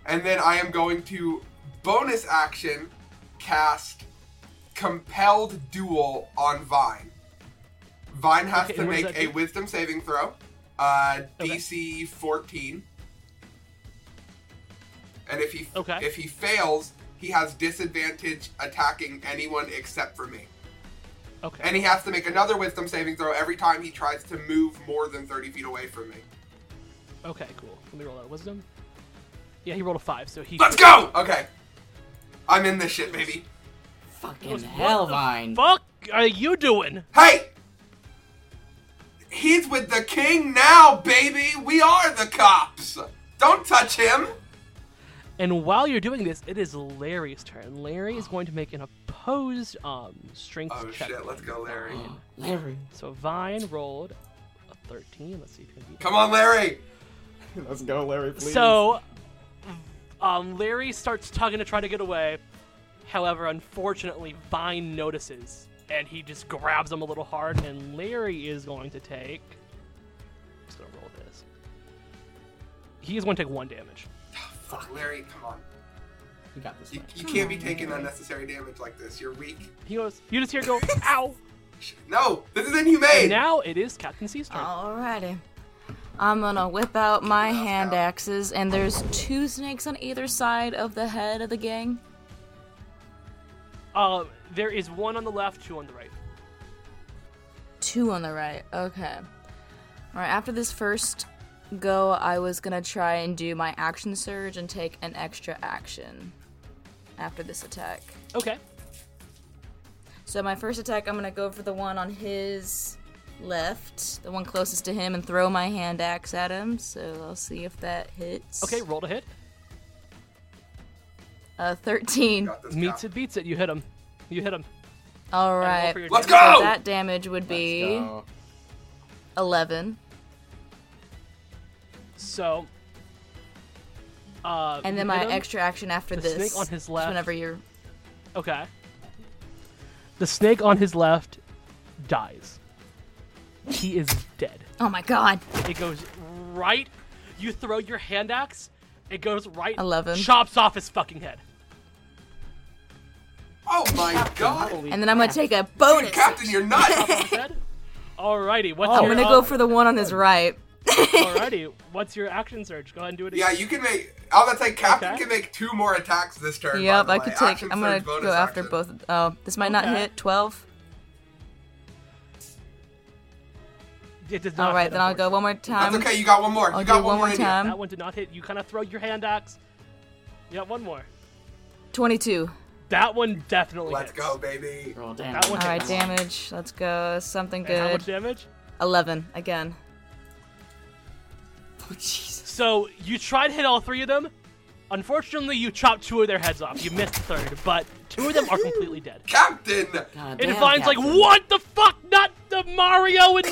S3: And then I am going to bonus action cast Compelled Duel on Vine. Vine has
S1: Okay,
S3: to
S1: what does
S3: make
S1: that
S3: a
S1: do?
S3: wisdom saving throw, uh,
S1: Okay.
S3: DC 14. And if he
S1: Okay.
S3: if he fails, he has disadvantage attacking anyone except for me.
S1: Okay.
S3: And he has to make another wisdom saving throw every time he tries to move more than 30 feet away from me.
S1: Okay. Cool. Let me roll out wisdom. Yeah, he rolled a five, so he.
S3: Let's go! Okay. I'm in this shit, baby.
S5: Fucking
S1: What
S5: hell,
S1: the
S5: Vine.
S1: Fuck are you doing?
S3: Hey! He's with the king now, baby! We are the cops! Don't touch him!
S1: And while you're doing this, it is Larry's turn. Larry is going to make an opposed um strength
S3: Oh
S1: check.
S3: shit, let's go, Larry.
S5: Larry.
S1: So Vine rolled a 13. Let's see if he can beat
S3: Come on, Larry!
S5: Let's go, Larry,
S1: it. So um Larry starts tugging to try to get away. However, unfortunately, Vine notices and he just grabs him a little hard and Larry is going to take just gonna roll this. He is going to take one damage.
S3: Fuck, Larry, come on.
S5: You got this
S3: You,
S5: one.
S3: you can't be taking unnecessary damage like this. You're weak.
S1: He goes, you just hear it go, ow!
S3: No, this is inhumane!
S1: And now it is Captain C's turn.
S2: Oh.
S4: Alrighty. I'm gonna whip out my
S3: Now,
S4: hand
S3: now.
S4: axes, and there's two snakes on either side of the head of the gang.
S1: Uh, there is one on the left, two on the right.
S4: Two on the right. Okay. Alright, after this first go, I was gonna try and do my action surge and take an extra action after this attack.
S1: Okay.
S4: So, my first attack, I'm gonna go for the one on his left, the one closest to him, and throw my hand axe at him. So, I'll see if that hits.
S1: Okay, roll to hit.
S4: Uh, 13.
S3: Got this
S1: Meets
S3: guy.
S1: it, beats it. You hit him. You hit him. And roll
S4: Alright.
S1: for your
S3: Let's
S1: damage.
S3: go!
S4: So that damage would be
S5: Let's go.
S4: 11.
S1: So, uh,
S4: And
S1: you
S4: then my
S1: hit him.
S4: extra action after
S1: The
S4: this.
S1: snake on his
S4: is
S1: left.
S4: Whenever you're.
S1: Okay. The snake on his left dies. He is dead.
S4: Oh my god.
S1: It goes right. You throw your hand axe, It goes right.
S4: I love him.
S1: Chops off his fucking head.
S3: Oh my god!
S4: And then I'm gonna take a bonus.
S3: Captain, you're nuts!
S1: Head? Alrighty, what's
S6: Oh.
S4: I'm
S1: your? um,
S4: gonna go for the one on his right.
S1: Alrighty, what's your action surge? Go ahead and do it.
S3: yeah,
S1: Again.
S3: you can make. I'm gonna say Captain
S1: Okay.
S3: can make two more attacks this turn.
S4: Yep,
S3: by
S4: I
S3: the
S4: could
S3: way.
S4: take.
S3: Action
S4: I'm gonna
S3: surge, bonus
S4: go after
S3: action.
S4: both. Oh, this might not
S1: Okay.
S4: hit. Twelve.
S1: It does not
S4: All right,
S1: hit,
S4: then I'll go
S1: unfortunately.
S4: one more time.
S3: That's okay. You got one more.
S4: I'll
S3: you
S4: do
S3: got
S4: one more
S3: in you.
S4: time.
S1: That one did not hit. You kind of throw your hand axe. Yeah, one more.
S4: Twenty-two.
S1: That one definitely.
S3: Let's
S1: hits.
S3: go, baby.
S5: Roll
S1: That
S5: damage.
S1: one
S4: All right,
S1: hits.
S4: damage. Let's go. Something
S1: And how much
S4: good.
S1: damage?
S4: Eleven again.
S5: Oh, Jesus.
S1: So you try to hit all three of them. Unfortunately, you chopped two of their heads off. You missed the third, but two of them are completely dead.
S3: Captain!
S5: God
S1: And
S5: damn,
S1: Vine's like,
S5: Captain.
S1: what the fuck? Not the Mario and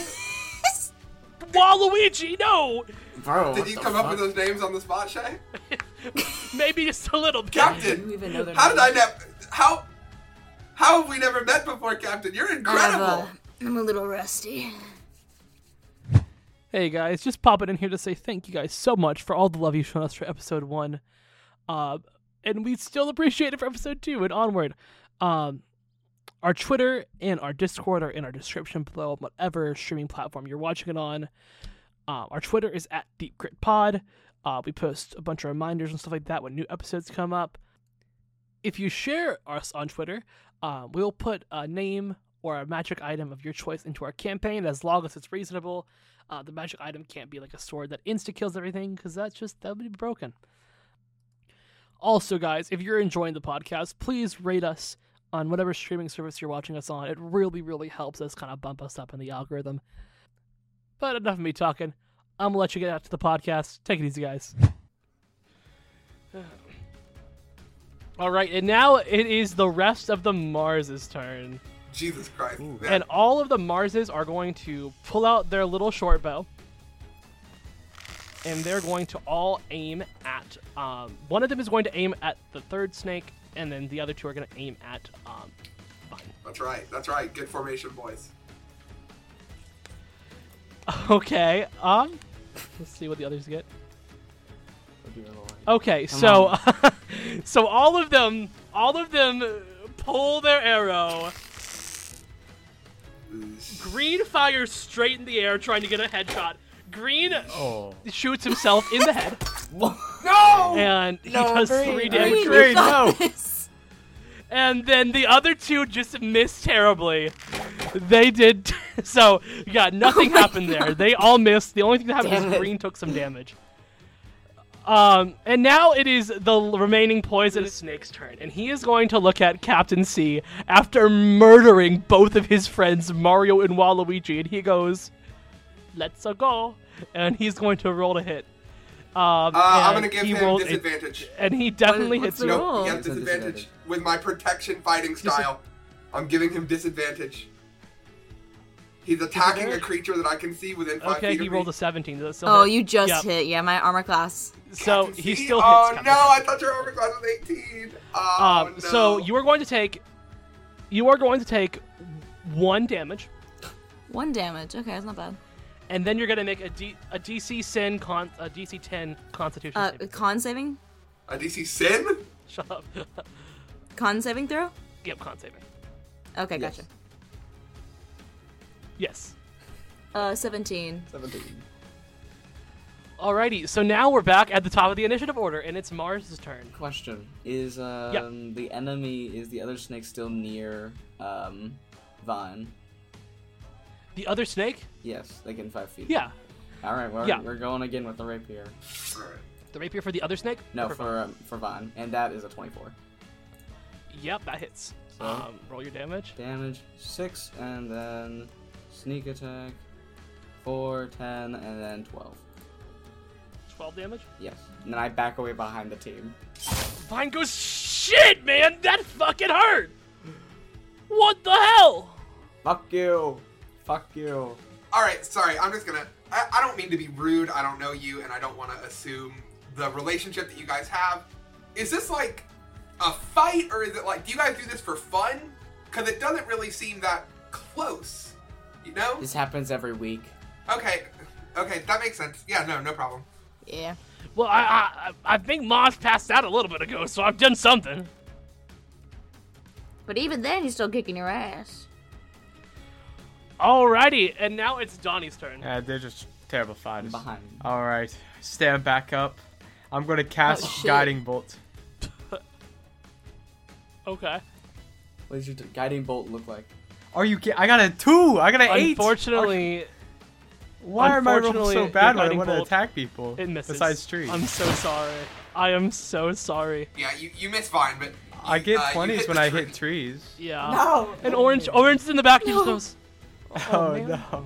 S1: Waluigi. No,
S5: Bro,
S3: Did you come up with those names on the spot, Shay?
S1: maybe just a little bit.
S5: You
S3: Captain!
S5: even know their
S3: How did I
S5: names?
S3: never. How. How have we never met before, Captain? You're incredible!
S2: I'm a little rusty.
S1: Hey guys, just popping in here to say thank you guys so much for all the love you've shown us for episode one. Um, and we still appreciate it for episode two and onward. Um, our Twitter and our Discord are in our description below, on whatever streaming platform you're watching it on. Uh, our Twitter is at Deep Grit Pod. Uh, we post a bunch of reminders and stuff like that when new episodes come up. If you share us on Twitter, uh, we'll put a name or a magic item of your choice into our campaign as long as it's reasonable. Uh, the magic item can't be like a sword that insta kills everything because that's just that would be broken. Also, guys, if you're enjoying the podcast, please rate us on whatever streaming service you're watching us on. It really, really helps us kind of bump us up in the algorithm. But enough of me talking. I'm gonna let you get out to the podcast. Take it easy, guys. All right, and now it is the rest of the Mars' turn
S3: Jesus Christ. Yeah.
S1: and all of the Marses are going to pull out their little short bow, and they're going to all aim at. Um, one of them is going to aim at the third snake, and then the other two are going to aim at. Um, Vine.
S3: That's right. That's right. Good formation, boys.
S1: Okay. Um, let's see what the others get.
S5: What
S1: Okay, so so all of them, all of them pull their arrow. Green fires straight in the air, trying to get a headshot. Green
S6: Oh.
S1: shoots himself in the head.
S3: No!
S1: and he does three damage.
S6: Green, Green, no.
S4: this.
S1: And then the other two just missed terribly. They did so. Yeah, nothing happened there. They all missed. The only thing that happened
S5: Damn
S1: is
S5: it.
S1: Green took some damage. Um, and now it is the l- remaining poisonous snake's turn, and he is going to look at Captain C after murdering both of his friends, Mario and Waluigi, and he goes, "Let's a go," and he's going to roll to hit. Um,
S3: Uh, I'm
S1: and
S3: gonna give
S1: he
S3: him
S1: rolled a-
S3: disadvantage.
S1: and he definitely
S4: what's
S1: hits
S4: the
S1: you.
S4: roll?
S3: No, he has
S5: It's a
S3: disadvantage.
S5: disadvantage.
S3: With my protection fighting style, I'm giving him disadvantage. He's attacking a
S1: Disadvantage?
S3: creature that I can see within five
S1: Okay,
S3: feet
S1: he
S3: of
S1: rolled
S3: me.
S1: a 17. Does that still
S4: Oh,
S1: hit?
S4: you just
S1: Yeah.
S4: hit. Yeah, my armor class.
S1: So
S3: Captain
S1: he
S3: C?
S1: still hits.
S3: Oh
S1: Captain
S3: no! I
S1: C.
S3: thought your armor class was 18. Oh,
S1: Um,
S3: no.
S1: So you are going to take, you are going to take one damage,
S4: One damage. Okay, that's not bad.
S1: and then you're going to make a, D, a DC sin con a DC 10 Constitution.
S4: Uh,
S1: saving throw.
S4: con saving.
S3: a DC sin?
S1: Shut up.
S4: Con saving throw.
S1: yep, con saving.
S4: Okay,
S5: Yes.
S4: gotcha.
S1: Yes.
S4: Uh, seventeen.
S1: Alrighty. So now we're back at the top of the initiative order, and it's Mars' turn.
S5: Question is um, the enemy is the other snake still near um, Vine?
S1: The other snake?
S5: Yes, like in five feet.
S1: Yeah.
S5: All right, we're,
S1: Yeah.
S5: we're going again with the rapier.
S3: Alright.
S1: The rapier for the other snake?
S5: No,
S1: Or
S5: for um, for Vine, and that is a twenty-four
S1: Yep, that hits.
S5: So?
S1: Um, roll your damage.
S5: damage, six, and then sneak attack, four, ten, and then twelve.
S1: 12 damage.
S5: Yes, and then I back away behind the team.
S1: Vine goes, shit, man, that fucking hurt. What the hell?
S5: Fuck you, fuck you.
S3: All right, sorry. I'm just gonna. I, I don't mean to be rude. I don't know you, and I don't want to assume the relationship that you guys have. Is this like a fight, or is it like do you guys do this for fun? Because it doesn't really seem that close. You know?
S5: This happens every week.
S3: Okay, okay, that makes sense. Yeah, no, no problem.
S4: Yeah.
S1: Well, I I, I I think Mars passed out a little bit ago, so I've done something.
S8: But even then, he's still kicking your ass.
S1: Alrighty, and now it's Donnie's turn.
S6: Yeah, they're just terrible fighters.
S5: Behind.
S6: All right, stand back up. I'm gonna cast
S4: shit.
S6: guiding bolt.
S1: Okay.
S5: What does your guiding bolt look like?
S6: Are you? ki- I got a two. I got an eight.
S1: Unfortunately,
S6: why are my rolls so
S1: unfortunately, your
S6: bad when I
S1: guiding
S6: want to
S1: bolt-
S6: attack people?
S1: it misses.
S6: Besides trees.
S1: I'm so sorry. I am so sorry.
S3: Yeah, you, you miss Vine, but. You,
S6: I get
S3: uh, you
S6: twenties
S3: hit
S6: when
S3: the
S6: I
S3: tree.
S6: hit trees.
S1: Yeah. No. And orange, orange is in the back. He just goes.
S6: Oh, no.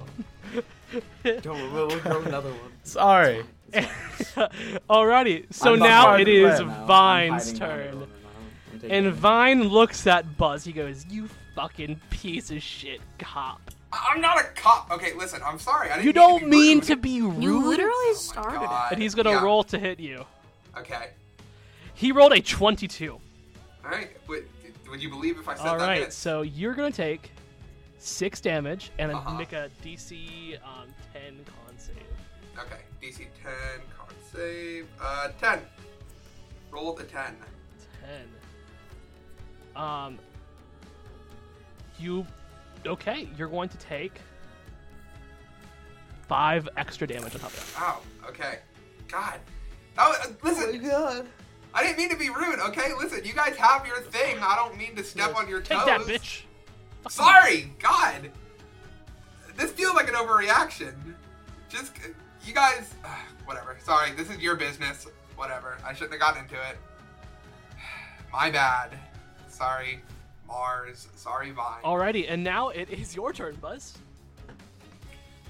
S5: Don't we'll, we'll go another one.
S6: Sorry.
S1: Alrighty. So
S6: I'm
S1: now
S6: behind
S1: it is
S6: Glenn.
S5: I'm
S1: Vine's
S5: hiding behind
S1: turn.
S5: everyone now. I'm taking
S1: And
S5: it.
S1: Vine looks at Buzz. He goes, "You fucking piece of shit cop.
S3: I- I'm not a cop. Okay, listen, I'm sorry. I didn't
S1: You
S3: mean
S1: don't
S3: to be
S1: mean to
S3: rude.
S1: be rude."
S8: You literally
S3: Oh my
S8: started it.
S3: God.
S1: and he's gonna
S3: Yeah,
S1: roll to hit you.
S3: Okay.
S1: He rolled a 22.
S3: Alright. Would, would you believe if I said
S1: All
S3: that?
S1: right,
S3: Yes.
S1: so you're gonna take six damage and then
S3: Uh-huh.
S1: make a DC um, 10 con save.
S3: Okay. DC 10, con save. Uh, 10. Roll the 10.
S1: 10. Um, you okay? You're going to take five extra damage on top of
S3: Wow. Okay. God. That was, uh, listen. Oh my god. I didn't mean to be rude. Okay, listen. You guys have your thing. I don't mean to
S1: that.
S3: step on your
S1: take
S3: toes.
S1: that, bitch.
S3: Sorry, God. This feels like an overreaction. Just uh, you guys, uh, whatever. Sorry, this is your business. Whatever. I shouldn't have gotten into it. My bad. Sorry, Mars. Sorry, Vine.
S1: Alrighty, and now it is your turn, Buzz.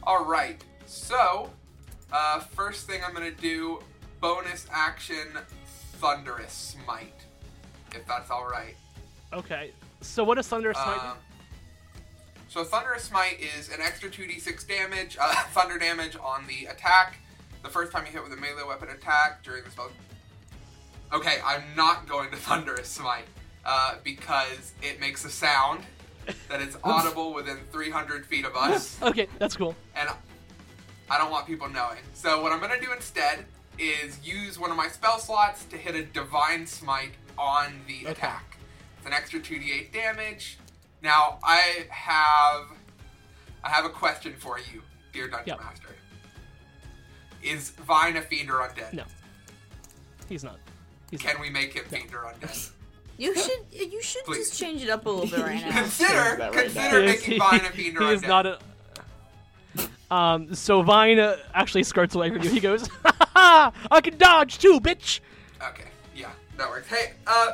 S3: All right. So, uh, first thing I'm gonna do, bonus action, thunderous smite, if that's all right.
S1: Okay, so what does Thunder Smite? do?
S3: Um, so thunderous smite is an extra 2d6 damage, uh, thunder damage on the attack. The first time you hit with a melee weapon attack during the spell. Okay, I'm not going to thunderous smite uh, because it makes a sound that is audible within 300 feet of us
S1: Okay, that's cool.
S3: and I don't want people knowing. So what I'm gonna do instead is use one of my spell slots to hit a divine smite on the attack. It's an extra 2d8 damage. Now I have I have a question for you, dear Dungeon
S1: Yep.
S3: Master. Is Vine a fiend or undead?
S1: No, he's not. He's
S3: Can we make him fiend or undead?
S8: You should uh, you should
S3: Please.
S8: just change it up a little bit right now.
S3: consider
S5: Change that right
S3: consider
S5: now.
S3: making Vine a fiend or
S1: he
S3: undead.
S1: is not a. Um, so Vine uh, actually skirts away from you. He goes, I can dodge too, bitch!
S3: Okay, yeah, that works. Hey, uh,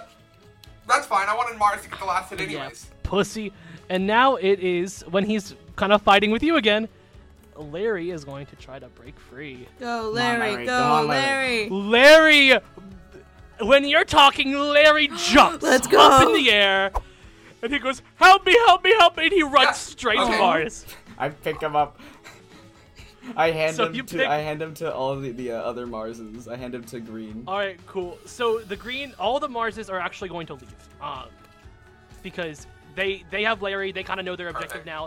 S3: that's fine. I wanted Mars to get the last hit anyways.
S1: pussy. And now it is, when he's kind of fighting with you again, Larry is going to try to break free.
S4: Go,
S5: Larry,
S4: Larry. Go,
S5: come on, Larry.
S4: Larry.
S1: Larry! When you're talking, Larry jumps
S4: Let's
S1: up
S4: go.
S1: in the air. And he goes, help me, help me, help me! And he runs
S3: Yeah,
S1: straight
S3: okay.
S1: to Mars.
S5: I pick him up. I hand
S1: So
S5: him
S1: you
S5: to
S1: pick-
S5: I hand him to all the, the uh, other Marses. I hand him to Green.
S1: All right, cool. So the green, all the Marses are actually going to leave, um, because they they have Larry. They kind of know their objective
S3: Perfect.
S1: now.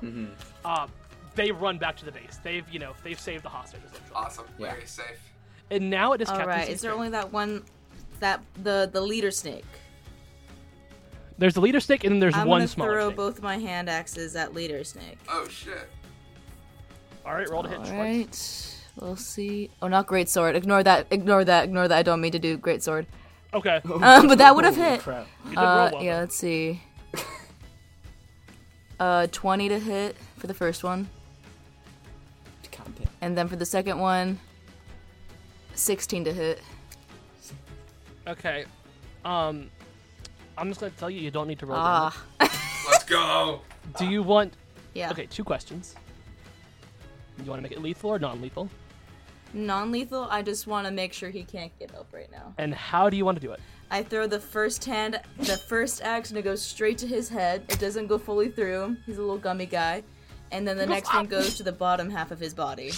S1: Um, they run back to the base. They've you know they've saved the hostage essentially.
S3: Awesome.
S5: Yeah.
S3: Larry's safe.
S1: And now it is
S4: All
S1: Captain.
S4: right. Is
S1: Sneak's
S4: there
S1: turn.
S4: only that one? That the the leader snake.
S1: There's the leader snake, and then there's
S4: I'm
S1: one
S4: gonna
S1: smaller
S4: throw
S1: snake.
S4: both my hand axes at leader snake.
S3: Oh shit.
S1: All right, roll to hit.
S4: All
S1: twice.
S4: right. We'll see. Oh, not great sword. Ignore that. Ignore that. Ignore that. I don't mean to do great sword.
S1: Okay, you
S4: Um, but that would have hit.
S5: Crap.
S1: did
S4: Uh,
S1: roll well.
S4: yeah, let's see. uh, 20 to hit for the first one,
S5: God damn.
S4: and then for the second one, 16 to hit.
S1: Okay, um, I'm just gonna tell you, you don't need to roll.
S4: Ah,
S3: Let's go.
S1: damage. Do you want?
S4: yeah.
S1: Okay, two questions. You want to make it lethal or non-lethal?
S4: Non-lethal. I just want to make sure he can't get up right now.
S1: And how do you want to do it?
S4: I throw the first hand, the first axe, and it goes straight to his head. It doesn't go fully through him. He's a little gummy guy. And then the next one goes to the bottom half of his body,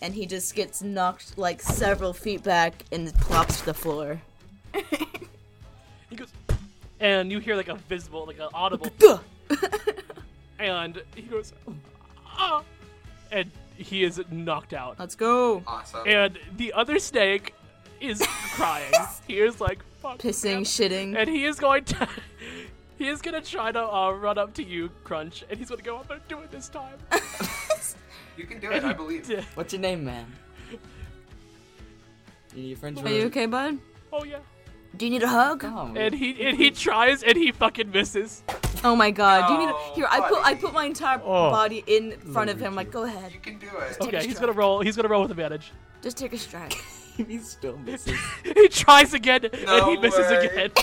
S4: and he just gets knocked like several feet back and plops to the floor.
S1: He goes, and you hear like a visible, like an audible, and he goes, ah, and he is knocked out.
S4: Let's go.
S3: Awesome.
S1: And the other snake is crying. he is like fuck.
S4: Pissing,
S1: man.
S4: shitting.
S1: And he is going to. He is gonna try to uh, run up to you, Crunch, and he's gonna go, I'm gonna do it this time.
S3: You can do it. I believe.
S1: Yeah.
S5: What's your name, man? You need your friends
S4: Are you okay, bud?
S1: oh yeah.
S2: Do you need a hug?
S1: And he and he tries and he fucking misses.
S4: Oh my god. Do you need to,
S3: Oh,
S4: here? I put I
S3: buddy.
S4: put my entire
S6: Oh.
S4: body in front of him. like, go ahead,
S3: You can do it.
S2: Take a
S1: Okay, he's
S2: strike.
S1: gonna roll. He's gonna roll with advantage.
S2: Just take a strike.
S5: He still misses.
S1: He tries again and
S3: No
S1: he misses
S3: way.
S1: again.
S5: hey,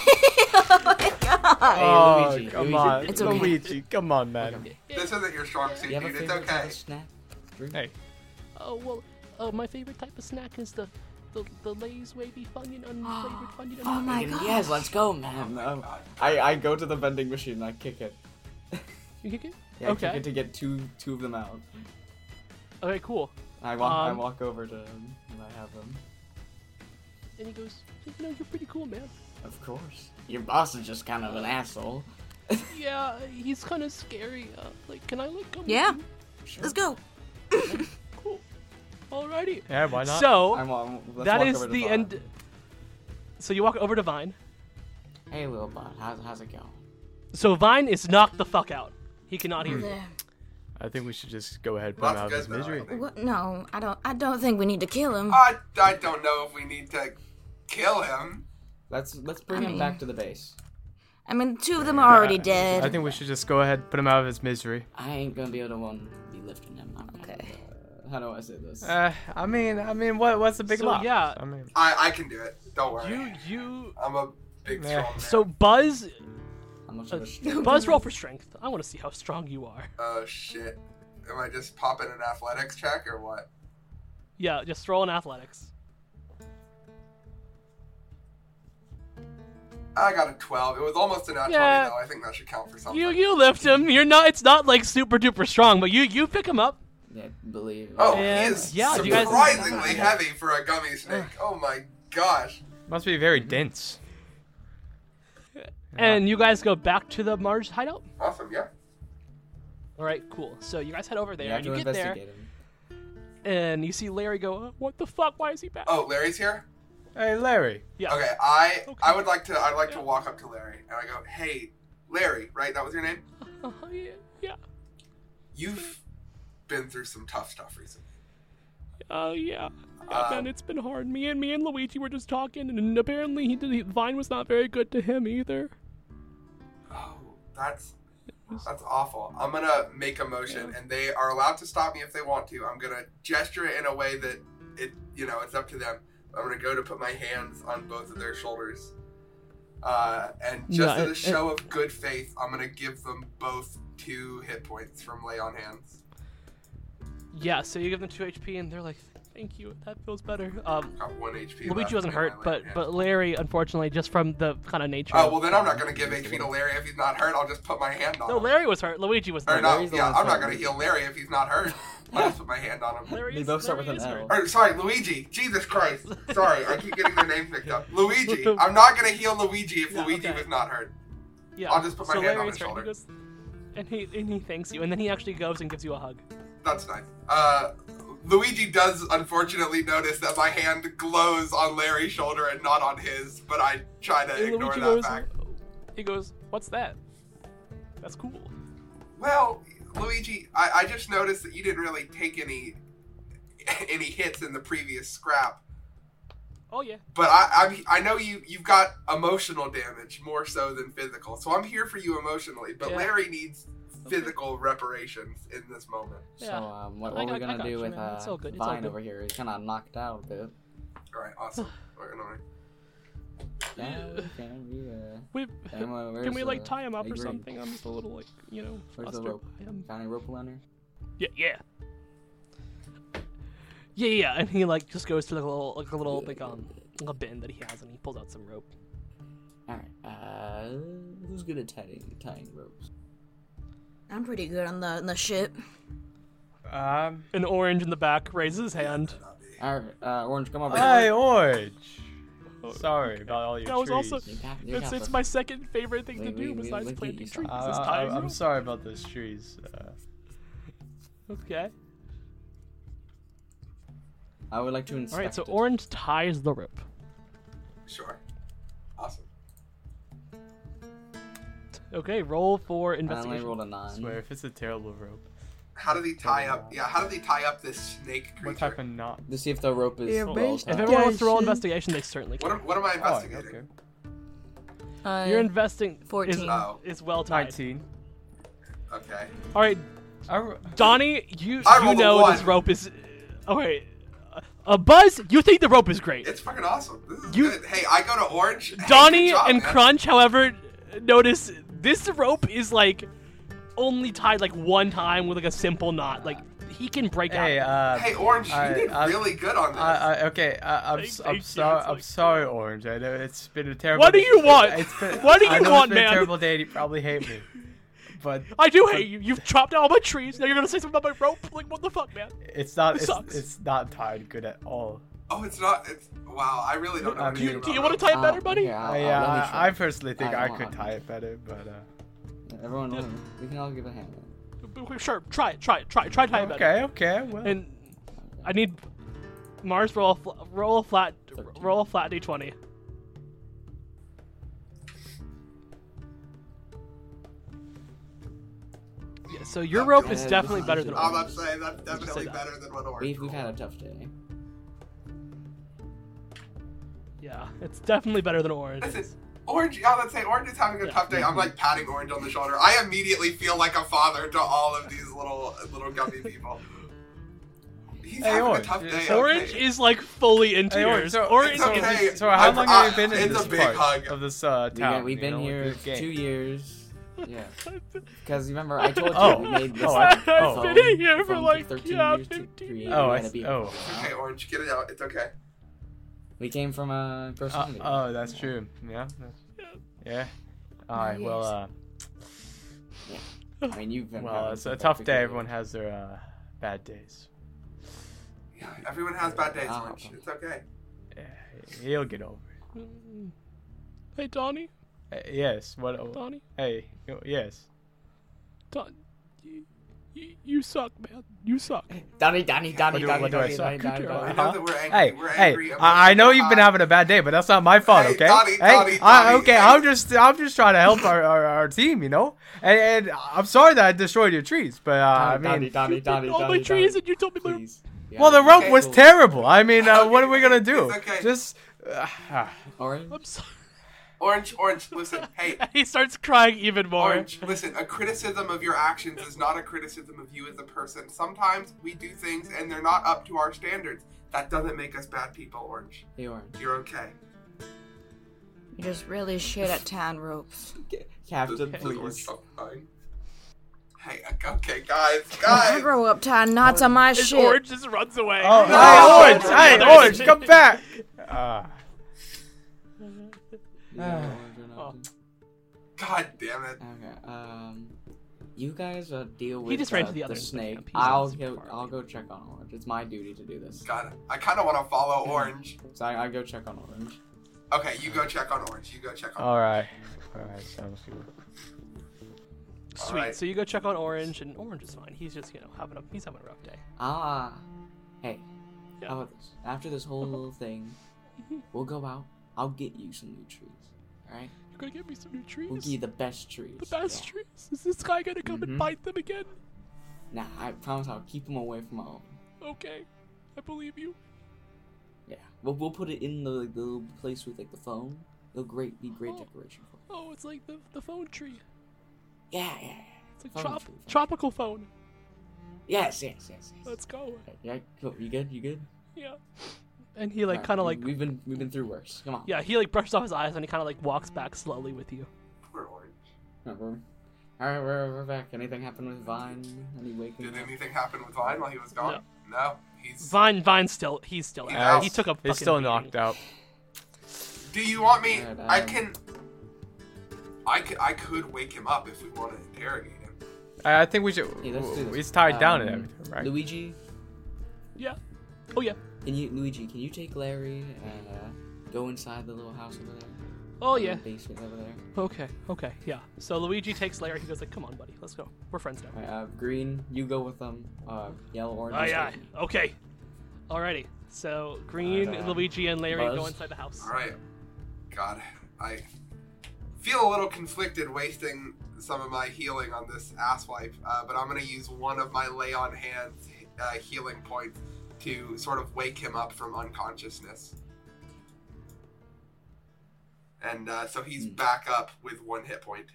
S6: Oh,
S5: Luigi.
S6: come
S5: Luigi.
S6: on.
S5: It's
S4: okay.
S6: Luigi, come on, man.
S3: This isn't your strong suit,
S5: You have a
S3: dude. It's
S5: favorite
S3: okay.
S5: okay. snack? Drink?
S6: Hey,
S1: Oh well, oh my favorite type of snack is the the, the Lay's wavy Funyun unflavored Funyun.
S4: Oh my
S5: And
S4: god.
S5: Yes, let's go, man. Um, I, I go to the vending machine and I kick it.
S1: You kick it?
S5: Yeah, I
S1: Okay.
S5: kick it to get two two of them out.
S1: Okay, cool.
S5: I walk I
S1: Um,
S5: walk over to him and I have them.
S1: And he goes, you know, you're pretty cool, man.
S5: Of course. Your boss is just kind of an asshole.
S1: Yeah, he's kind of scary. Uh, like, can I like come? with
S4: Yeah.
S1: you?"
S4: let's go.
S1: Cool. Alrighty.
S6: yeah, why not?
S1: So
S5: I'm, on let's
S1: that
S5: walk
S1: is
S5: over to
S1: the
S5: Vaughn.
S1: end. So you walk over to Vine.
S5: Hey, little bot, how's, how's it going?
S1: So Vine is knocked the fuck out. He cannot hear you.
S6: I think we should just go ahead and put him
S3: That's
S6: out of
S3: good
S6: his
S3: though. I
S6: misery.
S3: think.
S2: What? No, I don't. I don't think we need to kill him.
S3: I I don't know if we need to kill him.
S5: Let's let's bring him back to the base.
S2: I mean, two of them are already
S6: Yeah,
S2: dead.
S6: I think we should just go ahead and put him out of his misery.
S5: I ain't gonna be able to one be lifting him. I'm okay. how do I say this?
S6: Uh, I mean, I mean, what, what's the big
S1: So,
S6: loss?
S1: yeah.
S6: I mean,
S3: I I can do it. Don't worry.
S1: You you.
S3: I'm a big
S6: Yeah.
S3: strong man.
S1: So Buzz uh,
S5: How much of a stretch?
S1: Buzz roll for strength. I want to see how strong you are.
S3: Oh shit. Am I just popping an athletics check or what?
S1: Yeah, just roll in athletics.
S3: I got a 12. It was almost a natural,
S1: Yeah.
S3: though. I think that should count for something.
S1: You you lift him. You're not. It's not like super duper strong, but you you pick him up.
S5: Yeah, believe.
S3: oh,
S1: And-
S3: he is
S1: yeah, you guys-
S3: surprisingly heavy for a gummy snake. Oh my gosh.
S6: must be very dense.
S1: And you guys go back to the Marge hideout.
S3: Awesome, yeah.
S1: All right, cool. So you guys head over there,
S5: You have
S1: and
S5: to
S1: you get there,
S5: investigate him.
S1: and you see Larry go, "Uh, "What the fuck? Why is he back?"
S3: Oh, Larry's here?
S6: Hey, Larry.
S1: Yeah.
S3: Okay, I
S1: Okay.
S3: I would like to I'd like to walk up to Larry and I go, "Hey, Larry, right? That was your name?
S1: Uh-huh, yeah, yeah.
S3: You've been through some tough stuff recently."
S1: Oh yeah. Yeah,
S3: Uh,
S1: man, it's been hard. Me and me and Luigi were just talking, and apparently he did. He, Vine was not very good to him either.
S3: Oh, that's that's awful. I'm gonna make a motion, and they are allowed to stop me if they want to. I'm gonna gesture it in a way that it, you know, it's up to them. I'm gonna go to put my hands on both of their shoulders, uh, and just
S1: No,
S3: as
S1: it-
S3: a show of good faith, I'm gonna give them both two hit points from lay on hands.
S1: Yeah. So you give them two HP, and they're like, "Thank you. That feels better." Um,
S3: Got one HP. left
S1: Luigi wasn't
S3: in my
S1: hurt,
S3: lay
S1: but
S3: on hand.
S1: but Larry, unfortunately, just from the kind of nature.
S3: Oh
S1: of-
S3: well, then I'm not gonna give HP to Larry if he's not hurt. I'll just put my hand on
S1: No,
S3: him.
S1: Larry was hurt. Luigi was
S3: Or
S1: not.
S3: not,
S5: Oh, Larry's the
S3: yeah,
S5: one
S3: I'm not
S5: hurt.
S3: gonna heal Larry if he's not hurt. I'll just put my hand on him.
S1: Larry
S5: They
S1: is-
S5: both start
S1: Larry
S5: with an
S1: is hurt.
S5: L.
S3: Or sorry, Luigi. Jesus Christ. Sorry, I keep getting their names mixed up. Luigi. I'm not gonna heal Luigi if
S1: Yeah,
S3: Luigi
S1: okay.
S3: was not hurt.
S1: Yeah.
S3: I'll just put my
S1: so
S3: hand on
S1: Larry's
S3: his
S1: hurt,
S3: shoulder.
S1: and he goes- and he and he thanks you, and then he actually goes and gives you a hug.
S3: That's nice. Uh, Luigi does unfortunately notice that my hand glows on Larry's shoulder and not on his, but I try to
S1: And
S3: ignore
S1: Luigi
S3: that
S1: goes,
S3: fact.
S1: he goes, "What's that? That's cool."
S3: Well, Luigi, I, I just noticed that you didn't really take any any hits in the previous scrap.
S1: Oh yeah.
S3: But I I'm, I know you you've got emotional damage more so than physical. So I'm here for you emotionally, but
S1: Yeah.
S3: Larry needs physical reparations in this moment.
S5: So
S1: Yeah.
S5: um, what,
S1: I
S5: what
S1: got-
S5: we're
S1: I
S5: gonna
S1: got
S5: do
S1: you,
S5: with
S1: man.
S5: uh,
S1: It's all good, it's all
S5: Vine
S1: good.
S5: over here? He's kind of knocked out a bit.
S3: All right, awesome. We're gonna-
S5: Yeah, can we, uh,
S1: We
S5: can we,
S1: can we like tie him up or something? I'm just a little like you know
S5: Where's the
S1: flustered
S5: rope?
S1: by him.
S5: Found a rope liner.
S1: Yeah. Yeah. Yeah, yeah, and he like just goes to like a little, like a little like um, a bin that he has, and he pulls out some rope.
S5: All right. Uh, who's good at tying tying ropes?
S2: I'm pretty good on the on the ship.
S6: Um,
S1: An orange in the back raises his hand.
S5: All right. Uh, Orange, come over.
S6: hey, Orange. Sorry about all your
S1: Oh, That was
S6: trees.
S1: also
S5: You got- you
S1: it's,
S5: got
S1: it's
S5: the-
S1: my second favorite thing to
S5: Wait,
S1: do
S5: wait, wait,
S1: besides
S5: wait,
S1: planting
S5: you
S1: trees.
S5: saw-
S1: Is
S6: Uh,
S1: tying
S6: I- I'm
S1: rope.
S6: sorry about those trees. Uh,
S1: Okay.
S5: I would like to
S1: All
S5: inspect.
S1: right, so
S5: it.
S1: Orange ties the rope.
S3: Sure. Awesome.
S1: Okay, roll for
S5: I only
S1: investigation.
S5: rolled a
S6: I
S5: nine.
S6: swear, if it's a terrible rope.
S3: How do they tie up? Yeah, how do they tie up this snake creature?
S6: What type of knot?
S5: To see if the rope is
S9: Yeah,
S5: well
S9: based-
S1: if
S5: tied.
S1: everyone wants to roll investigation, they certainly
S3: What
S1: can.
S3: am, what am I
S6: Oh,
S3: investigating?
S6: okay.
S4: Uh,
S1: You're investing.
S4: 14.
S3: Oh,
S1: Is, is well tied.
S6: 19.
S3: okay.
S1: All right,
S6: I ro-
S1: Donnie, you
S3: I
S1: you
S3: rolled a
S1: know this
S3: one.
S1: rope is. All right, uh, Buzz, you think the rope is great.
S3: It's fucking awesome. This is
S1: You-
S3: good. Hey, I go to Orange. Hey, good
S1: Donnie
S3: job,
S1: and
S3: man.
S1: Crunch, however, notice this rope is like only tied like one time with like a simple knot. Like he can break
S6: Hey,
S1: out.
S6: uh,
S3: Hey, Orange, you
S6: I-
S3: did
S6: I-
S3: really good on this.
S6: I, I, okay, I, I'm,
S1: Thank-
S6: s-
S1: thank
S6: I'm
S1: you,
S6: sorry.
S1: it's
S6: I'm
S1: like-
S6: sorry, Orange. I know it's been a terrible.
S1: What do
S6: day.
S1: you want?
S6: It's been,
S1: What do
S6: I
S1: you
S6: know
S1: want,
S6: it's been
S1: man?
S6: A terrible day. and You probably hate me, but
S1: I do hate you. You've chopped down all my trees. Now you're gonna say something about my rope. Like what the fuck, man?
S6: it's not.
S1: It
S6: It's,
S1: sucks.
S6: it's not tied good at all.
S3: oh, it's not. It's wow. I really don't know.
S6: I
S3: anything
S6: mean-
S1: Do you
S3: about
S1: want to tie it
S5: Uh,
S1: better, buddy?
S5: here, I'll- I'll-
S6: I,
S5: let me
S6: uh,
S5: try.
S6: I, I personally think
S5: I
S6: I,
S5: don't
S6: could
S5: know.
S6: tie it better, but uh,
S5: Everyone, we can all give a hand.
S1: Sure, try it. Try it. Try it. Try to tie it better.
S6: okay, okay. Well,
S1: And I need Mars roll a fl- roll a flat roll a flat d20. Yeah, so your rope is
S5: God.
S1: definitely better than
S3: that. I'm
S1: ours.
S3: not saying that's definitely
S1: that.
S3: better than what Orange.
S5: We've, we've
S3: rolled.
S5: had a tough day.
S1: Yeah, it's definitely better than orange.
S3: Listen, Orange, yeah, let's say Orange is having a
S1: Yeah.
S3: tough day. I'm like patting Orange on the shoulder. I immediately feel like a father to all of these little little gummy people. He's
S6: Hey,
S3: having
S6: Orange,
S3: a tough day.
S6: it's
S1: Orange
S3: okay.
S1: is like fully in
S6: Hey,
S1: tears.
S6: so,
S1: orange
S6: so,
S1: is
S3: okay.
S6: so how
S3: I've-
S6: long have you
S3: I-
S5: uh,
S6: been in
S3: it's
S6: this
S3: a big
S6: part
S3: hug.
S6: of this uh,
S5: We got,
S6: town?
S5: we've
S6: you
S5: been
S6: know,
S5: here
S6: this game?
S5: two years. Yeah. Because remember, I told you
S6: Oh.
S5: we made this.
S6: Oh, I-
S5: phone
S6: I've
S1: been in here
S5: from
S1: for like,
S5: 13
S1: yeah,
S5: years to
S1: 15
S5: create.
S1: years.
S6: Oh,
S5: We
S6: I
S5: had a
S6: s-
S5: beat.
S6: oh,
S3: Okay, Orange, get it out. It's okay.
S5: We came from a
S6: Uh,
S5: personality.
S6: oh, that's true. Yeah. that's- Yeah. All right. Well, uh,
S5: I mean, you've been.
S6: well,
S5: having
S6: it's
S5: some
S6: a tough
S5: bad
S6: day.
S5: days.
S6: Everyone has their uh, bad days.
S3: Yeah, everyone has bad days,
S5: Ah,
S3: Orange.
S5: okay.
S3: It's okay.
S6: Yeah, he'll get over. it.
S1: Hey, Donnie,
S6: Uh, yes. What? oh,
S1: Donnie,
S6: hey. oh, Yes.
S1: Don, you, you, you suck, man. You suck.
S5: Donnie, Donnie, Donnie,
S6: do-
S5: Donnie,
S6: what do I
S5: Donnie,
S6: suck?
S5: Donnie, Donnie,
S1: Kuchar.
S3: I
S5: Donnie.
S3: know
S6: Uh-huh.
S3: that we're angry.
S6: Hey,
S3: we're angry.
S6: hey! I, I know you've been
S3: emotionally
S6: having a bad day, but that's not my fault,
S3: Hey,
S6: okay?
S3: Donnie,
S6: hey,
S3: Donnie,
S6: I,
S3: Donnie,
S6: okay,
S3: hey.
S6: I'm just, I'm just trying to help our, our, our team, you know. And, and I'm sorry that I destroyed your trees, but uh, I mean,
S5: Donnie, Donnie, Donnie,
S1: all my
S5: Donnie,
S1: trees,
S5: Donnie.
S1: and you told me my
S5: Please. Yeah,
S6: well, the rope was
S5: cool.
S6: terrible. I mean, uh, what are we gonna do?
S3: It's okay.
S6: Just, uh,
S5: Orange.
S1: I'm sorry.
S3: Orange, Orange, listen. Hey,
S1: He starts crying even more.
S3: Orange, listen, a criticism of your actions is not a criticism of you as a person. Sometimes we do things and they're not up to our standards. That doesn't make us bad people, Orange.
S5: Hey, Orange.
S3: You're okay.
S2: You just really shit at town ropes.
S5: Ca- Captain,
S3: Does Orange
S5: please.
S3: stop crying? Hey, okay, guys,
S2: I
S3: guys.
S2: grow up tying knots on my
S1: His
S2: shit.
S1: orange just runs away.
S6: Oh,
S3: No!
S6: hey, Orange! Hey,
S1: There's-
S6: Orange, come back!
S1: Ah,
S6: Uh,
S5: Yeah, Orange
S6: Oh.
S5: or not.
S3: God damn it.
S5: Okay. Um, you guys uh, deal with
S1: He just
S5: uh,
S1: ran to the other end of the
S5: snake.
S1: camp. He's
S5: I'll
S1: not
S5: go.
S1: far
S5: I'll
S1: away.
S5: go check on Orange. It's my duty to do this.
S3: God, I kind of want to follow Orange.
S5: So I, I go check on Orange.
S3: Okay, you go check on Orange. You go check on.
S6: alright. Alright, sounds good.
S1: Sweet.
S3: Alright.
S1: So you go check on Orange, and Orange is fine. He's just you know having a he's having a rough day.
S5: Ah, hey.
S1: Yeah.
S5: How about this? After this whole little thing, we'll go out. I'll get you some new trees. All right.
S1: You're gonna get me some new
S5: We'll
S1: trees.
S5: get you the best trees.
S1: the best trees. Is this guy gonna come and
S5: Mhm.
S1: bite them again?
S5: Yeah. Nah, I promise I'll keep them away from all.
S1: Okay, I believe you.
S5: Yeah. We'll, we'll put it in the, like, the little place with like the phone. It'll great be great decoration for. it.
S1: Oh, it's like the the phone tree.
S5: Yeah, yeah, yeah.
S1: It's like
S5: Phone
S1: trop-
S5: tree.
S1: tropical phone.
S5: Yes, yes, yes. yes.
S1: Let's go.
S5: Yeah, cool. You good? You good?
S1: Yeah. And he like
S5: Alright,
S1: kind of
S5: we-
S1: like
S5: we've been we've been through worse. Come on.
S1: yeah he like brushes off his eyes and he kind of like walks back slowly with you.
S3: Poor Orange.
S5: Alright, we're, all right, we're, we're back. Anything happen with Vine? Any waking?
S3: Did
S5: up?
S3: anything happen with Vine while he was gone? No. He's.
S1: Vine Vine's still he's still out.
S3: Yeah.
S1: He took a fucking
S6: He's still
S1: beating.
S6: knocked out.
S3: Do you want me?
S5: Alright,
S3: I
S5: um,
S3: can. I could, I could wake him up if we want to interrogate him.
S6: I I think we should.
S5: Yeah, let's do this.
S6: He's tied down and
S5: Um,
S6: everything, right?
S5: Luigi,
S1: Yeah. Oh yeah.
S5: can you Luigi? Can you take Larry and uh, go inside the little house over there?
S1: Oh
S5: The
S1: yeah.
S5: basement over there.
S1: Okay, okay, yeah. So Luigi takes Larry. He goes like, "Come on, buddy, let's go. We're friends now."
S5: Alright, uh, green, you go with them. Uh, yellow, orange. you stay.
S1: Okay. Alrighty. So Green,
S5: Alright, uh,
S1: Luigi, and Larry go
S5: Buzz?
S1: inside the house.
S3: All right. God, I feel a little conflicted wasting some of my healing on this asswipe, uh, but I'm gonna use one of my lay on hands uh, healing points to sort of wake him up from unconsciousness. And uh, so he's
S5: Hmm.
S3: back up with one hit point.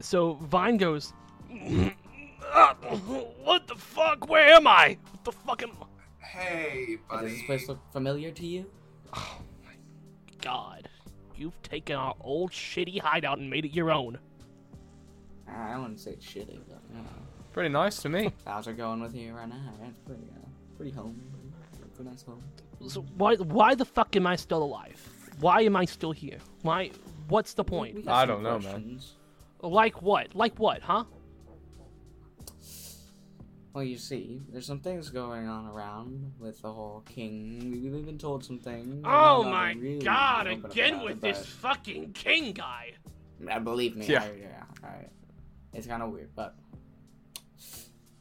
S1: So Vine goes, "Ah, "What the fuck? Where am I? What the fucking
S3: Hey, buddy.
S5: Does this place look familiar to you?
S1: god? You've taken our old shitty hideout and made it your own."
S5: Uh, I wouldn't say it's shitty, but you know.
S6: Pretty nice to me.
S5: How's it going with you right now? It's pretty, uh, pretty home. Pretty nice home.
S1: So why why the fuck am I still alive? Why am I still here? Why? What's the point?
S5: got
S6: I
S5: some
S6: don't know, man.
S5: questions.
S1: Like what? Like what? Huh?
S5: Well, you see, there's some things going on around with the whole king. We- We've been told some things. We're
S1: Oh
S5: not
S1: my
S5: really
S1: god!
S5: open
S1: Again
S5: about
S1: with
S5: it,
S1: this fucking king guy.
S5: but- Uh, believe me.
S6: Yeah.
S5: I, yeah. I, it's kind of weird, but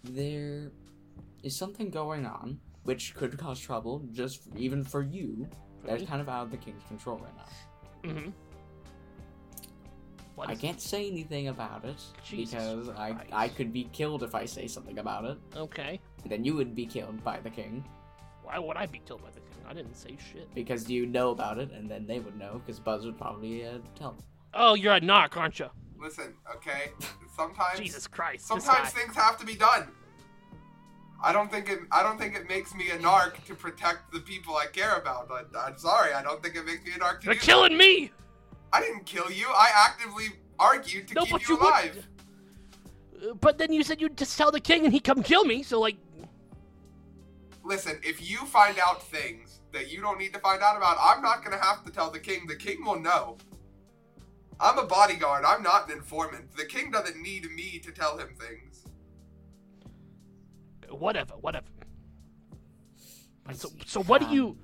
S5: there is something going on which could cause trouble, just even for you. That's kind of out of the king's control right now.
S1: Mm-hmm. What
S5: I
S1: is
S5: can't say anything about it
S1: Jesus
S5: because I,
S1: Christ.
S5: I could be killed if I say something about it.
S1: Okay.
S5: And then you would be killed by the king
S1: Why would I be killed by the king? I didn't say shit.
S5: because you know about it, and then they would know because Buzz would probably uh, tell. them.
S1: Oh, you're a knock, aren't you?
S3: Listen, okay? Sometimes
S1: Jesus Christ! this
S3: sometimes
S1: guy.
S3: things have to be done. I don't think it I don't think it makes me a narc to protect the people I care about. I, am sorry, I don't think it makes me a narc to
S1: They're
S3: do that.
S1: killing me.
S3: I didn't kill you. I actively argued to
S1: no,
S3: keep
S1: but
S3: you
S1: you
S3: alive.
S1: would. Uh, But then you said you'd just tell the king and he'd come kill me. So like,
S3: Listen, if you find out things that you don't need to find out about, I'm not gonna have to tell the king. The king will know. I'm a bodyguard. I'm not an informant. The king doesn't need me to tell him things.
S1: whatever, whatever. So, so what do you,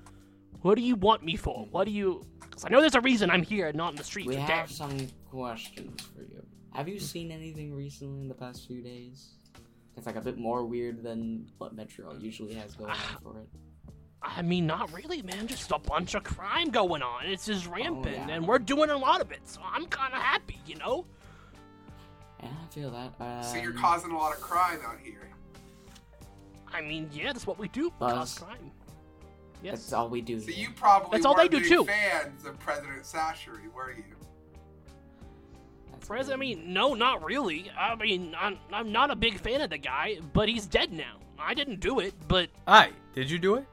S1: what do you want me for? What do you? Because I know there's a reason I'm here, and not in the streets.
S5: We
S1: or dead.
S5: have some questions for you. Have you seen anything recently in the past few days? It's like a bit more weird than what Metro usually has going on for it.
S1: I mean, not really, man. Just a bunch of crime going on. It's just rampant,
S5: Oh, yeah.
S1: and we're doing a lot of it. So I'm kind of happy, you know.
S5: And I feel that. Um,
S3: So you're causing a lot of crime out here.
S1: I mean, yeah, that's what we do.
S5: Buzz.
S1: Cause crime.
S5: That's
S1: Yes.
S5: all we do.
S3: So
S5: here.
S3: you probably
S1: That's all they
S3: weren't
S1: do,
S3: big
S1: too.
S3: fans of President Sashery, were you?
S5: That's
S1: Prez, I
S5: weird.
S1: mean, no, not really. I mean, I'm, I'm not a big fan of the guy, but he's dead now. I didn't do it, but
S6: Hi, did you do it?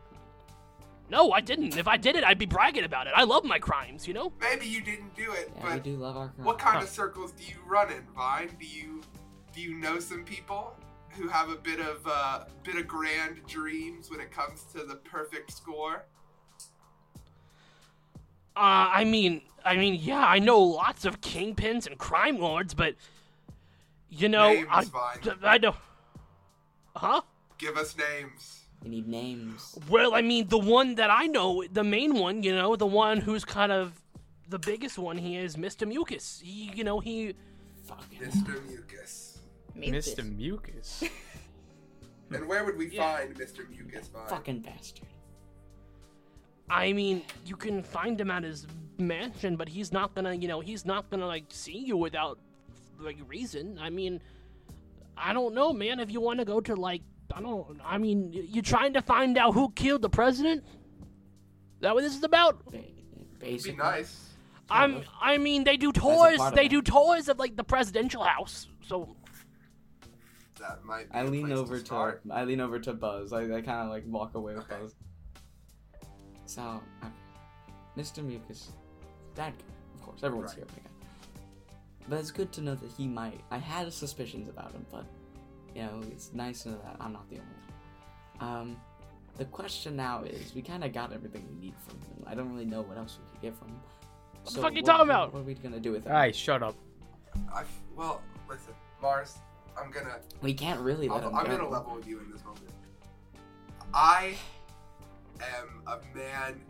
S1: no, I didn't. If I did it, I'd be bragging about it. I love my crimes, you know?
S3: Maybe you didn't do it,
S5: Yeah, we
S3: but
S5: do love our.
S3: what kind of circles do you run in, Vine? Do you do you know some people who have a bit of uh, bit of grand dreams when it comes to the perfect score?
S1: Uh, I mean, I mean, yeah, I know lots of kingpins and crime lords, but, you know,
S3: Names,
S1: I,
S3: Vine.
S1: I know. Huh?
S3: Give us names.
S5: We need names.
S1: Well, I mean, the one that I know, the main one, you know, the one who's kind of the biggest one here is Mr. Mucus. He, you know, he.
S3: Oh,
S5: Fucking.
S3: Mr. Mucus.
S6: Mr. Mucus.
S3: And where would we find Mr. Mucus, Vine?
S5: Fucking bastard.
S1: I mean, you can find him at his mansion, but he's not gonna, you know, he's not gonna like see you without like reason. I mean, I don't know, man. If you want to go to like, I don't, I mean, y- you trying to find out who killed the president? That what this is about?
S5: Ba-
S3: It'd
S5: basically.
S3: be nice.
S1: I'm, I mean, they do tours.
S5: part of
S1: They
S5: it.
S1: do tours of like the presidential house. So
S3: That might be
S5: I
S3: a
S5: lean
S3: place
S5: over
S3: to,
S5: to,
S3: start.
S5: I lean over to Buzz. I, I kind of like walk away with Buzz. So, okay. Mr. Mucus, that guy, of course, everyone's
S3: Right.
S5: here. By But it's good to know that he might. I had suspicions about him, but you know, it's nice to know that I'm not the only one. Um, the question now is, we kind of got everything we need from him. I don't really know what else we could get from him. What
S1: fuck you talking about?
S5: What are we gonna do with him?
S6: Hi, shut up.
S3: I f- well, listen, Mars. I'm gonna.
S5: We can't really let him
S3: I'll, I'm
S5: go.
S3: gonna level with you in this moment. I am a man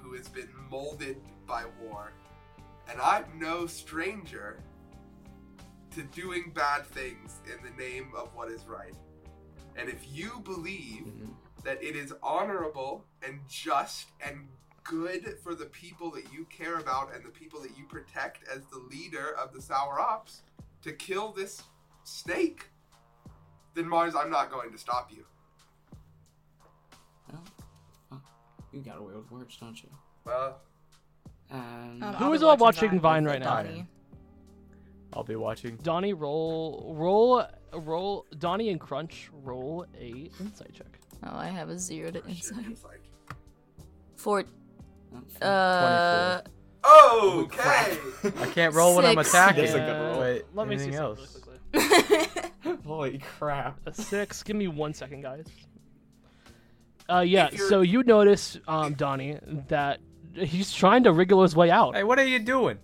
S3: who has been molded by war, and I'm no stranger to doing bad things in the name of what is right. And if you believe
S5: Mhm.
S3: that it is honorable and just and good for the people that you care about and the people that you protect as the leader of the Sour Ops to kill this snake, then Mars, I'm not going to stop you.
S5: Well, uh, you got away with words, don't you?
S3: Well,
S5: Um,
S4: Um,
S1: Who
S4: I'll
S1: is
S4: be
S1: all watching Vine
S4: with
S1: right now?
S4: Donnie.
S6: I'll be watching.
S1: Donnie, roll, roll, roll. Donnie and Crunch, roll a insight check.
S4: Oh, I have a zero to insight.
S3: it's like,
S4: Four.
S5: uh,
S4: Uh,
S3: okay.
S6: I can't roll when I'm
S4: Six.
S6: attacking.
S5: That's a good roll.
S6: Wait,
S1: Let me see
S6: anything
S1: something
S6: else?
S1: really quickly.
S5: Holy crap.
S1: A six. Give me one second, guys. Uh, yeah.
S3: If you're-
S1: So you notice, um, Donnie, that he's trying to wriggle his way out.
S6: Hey, what are you doing?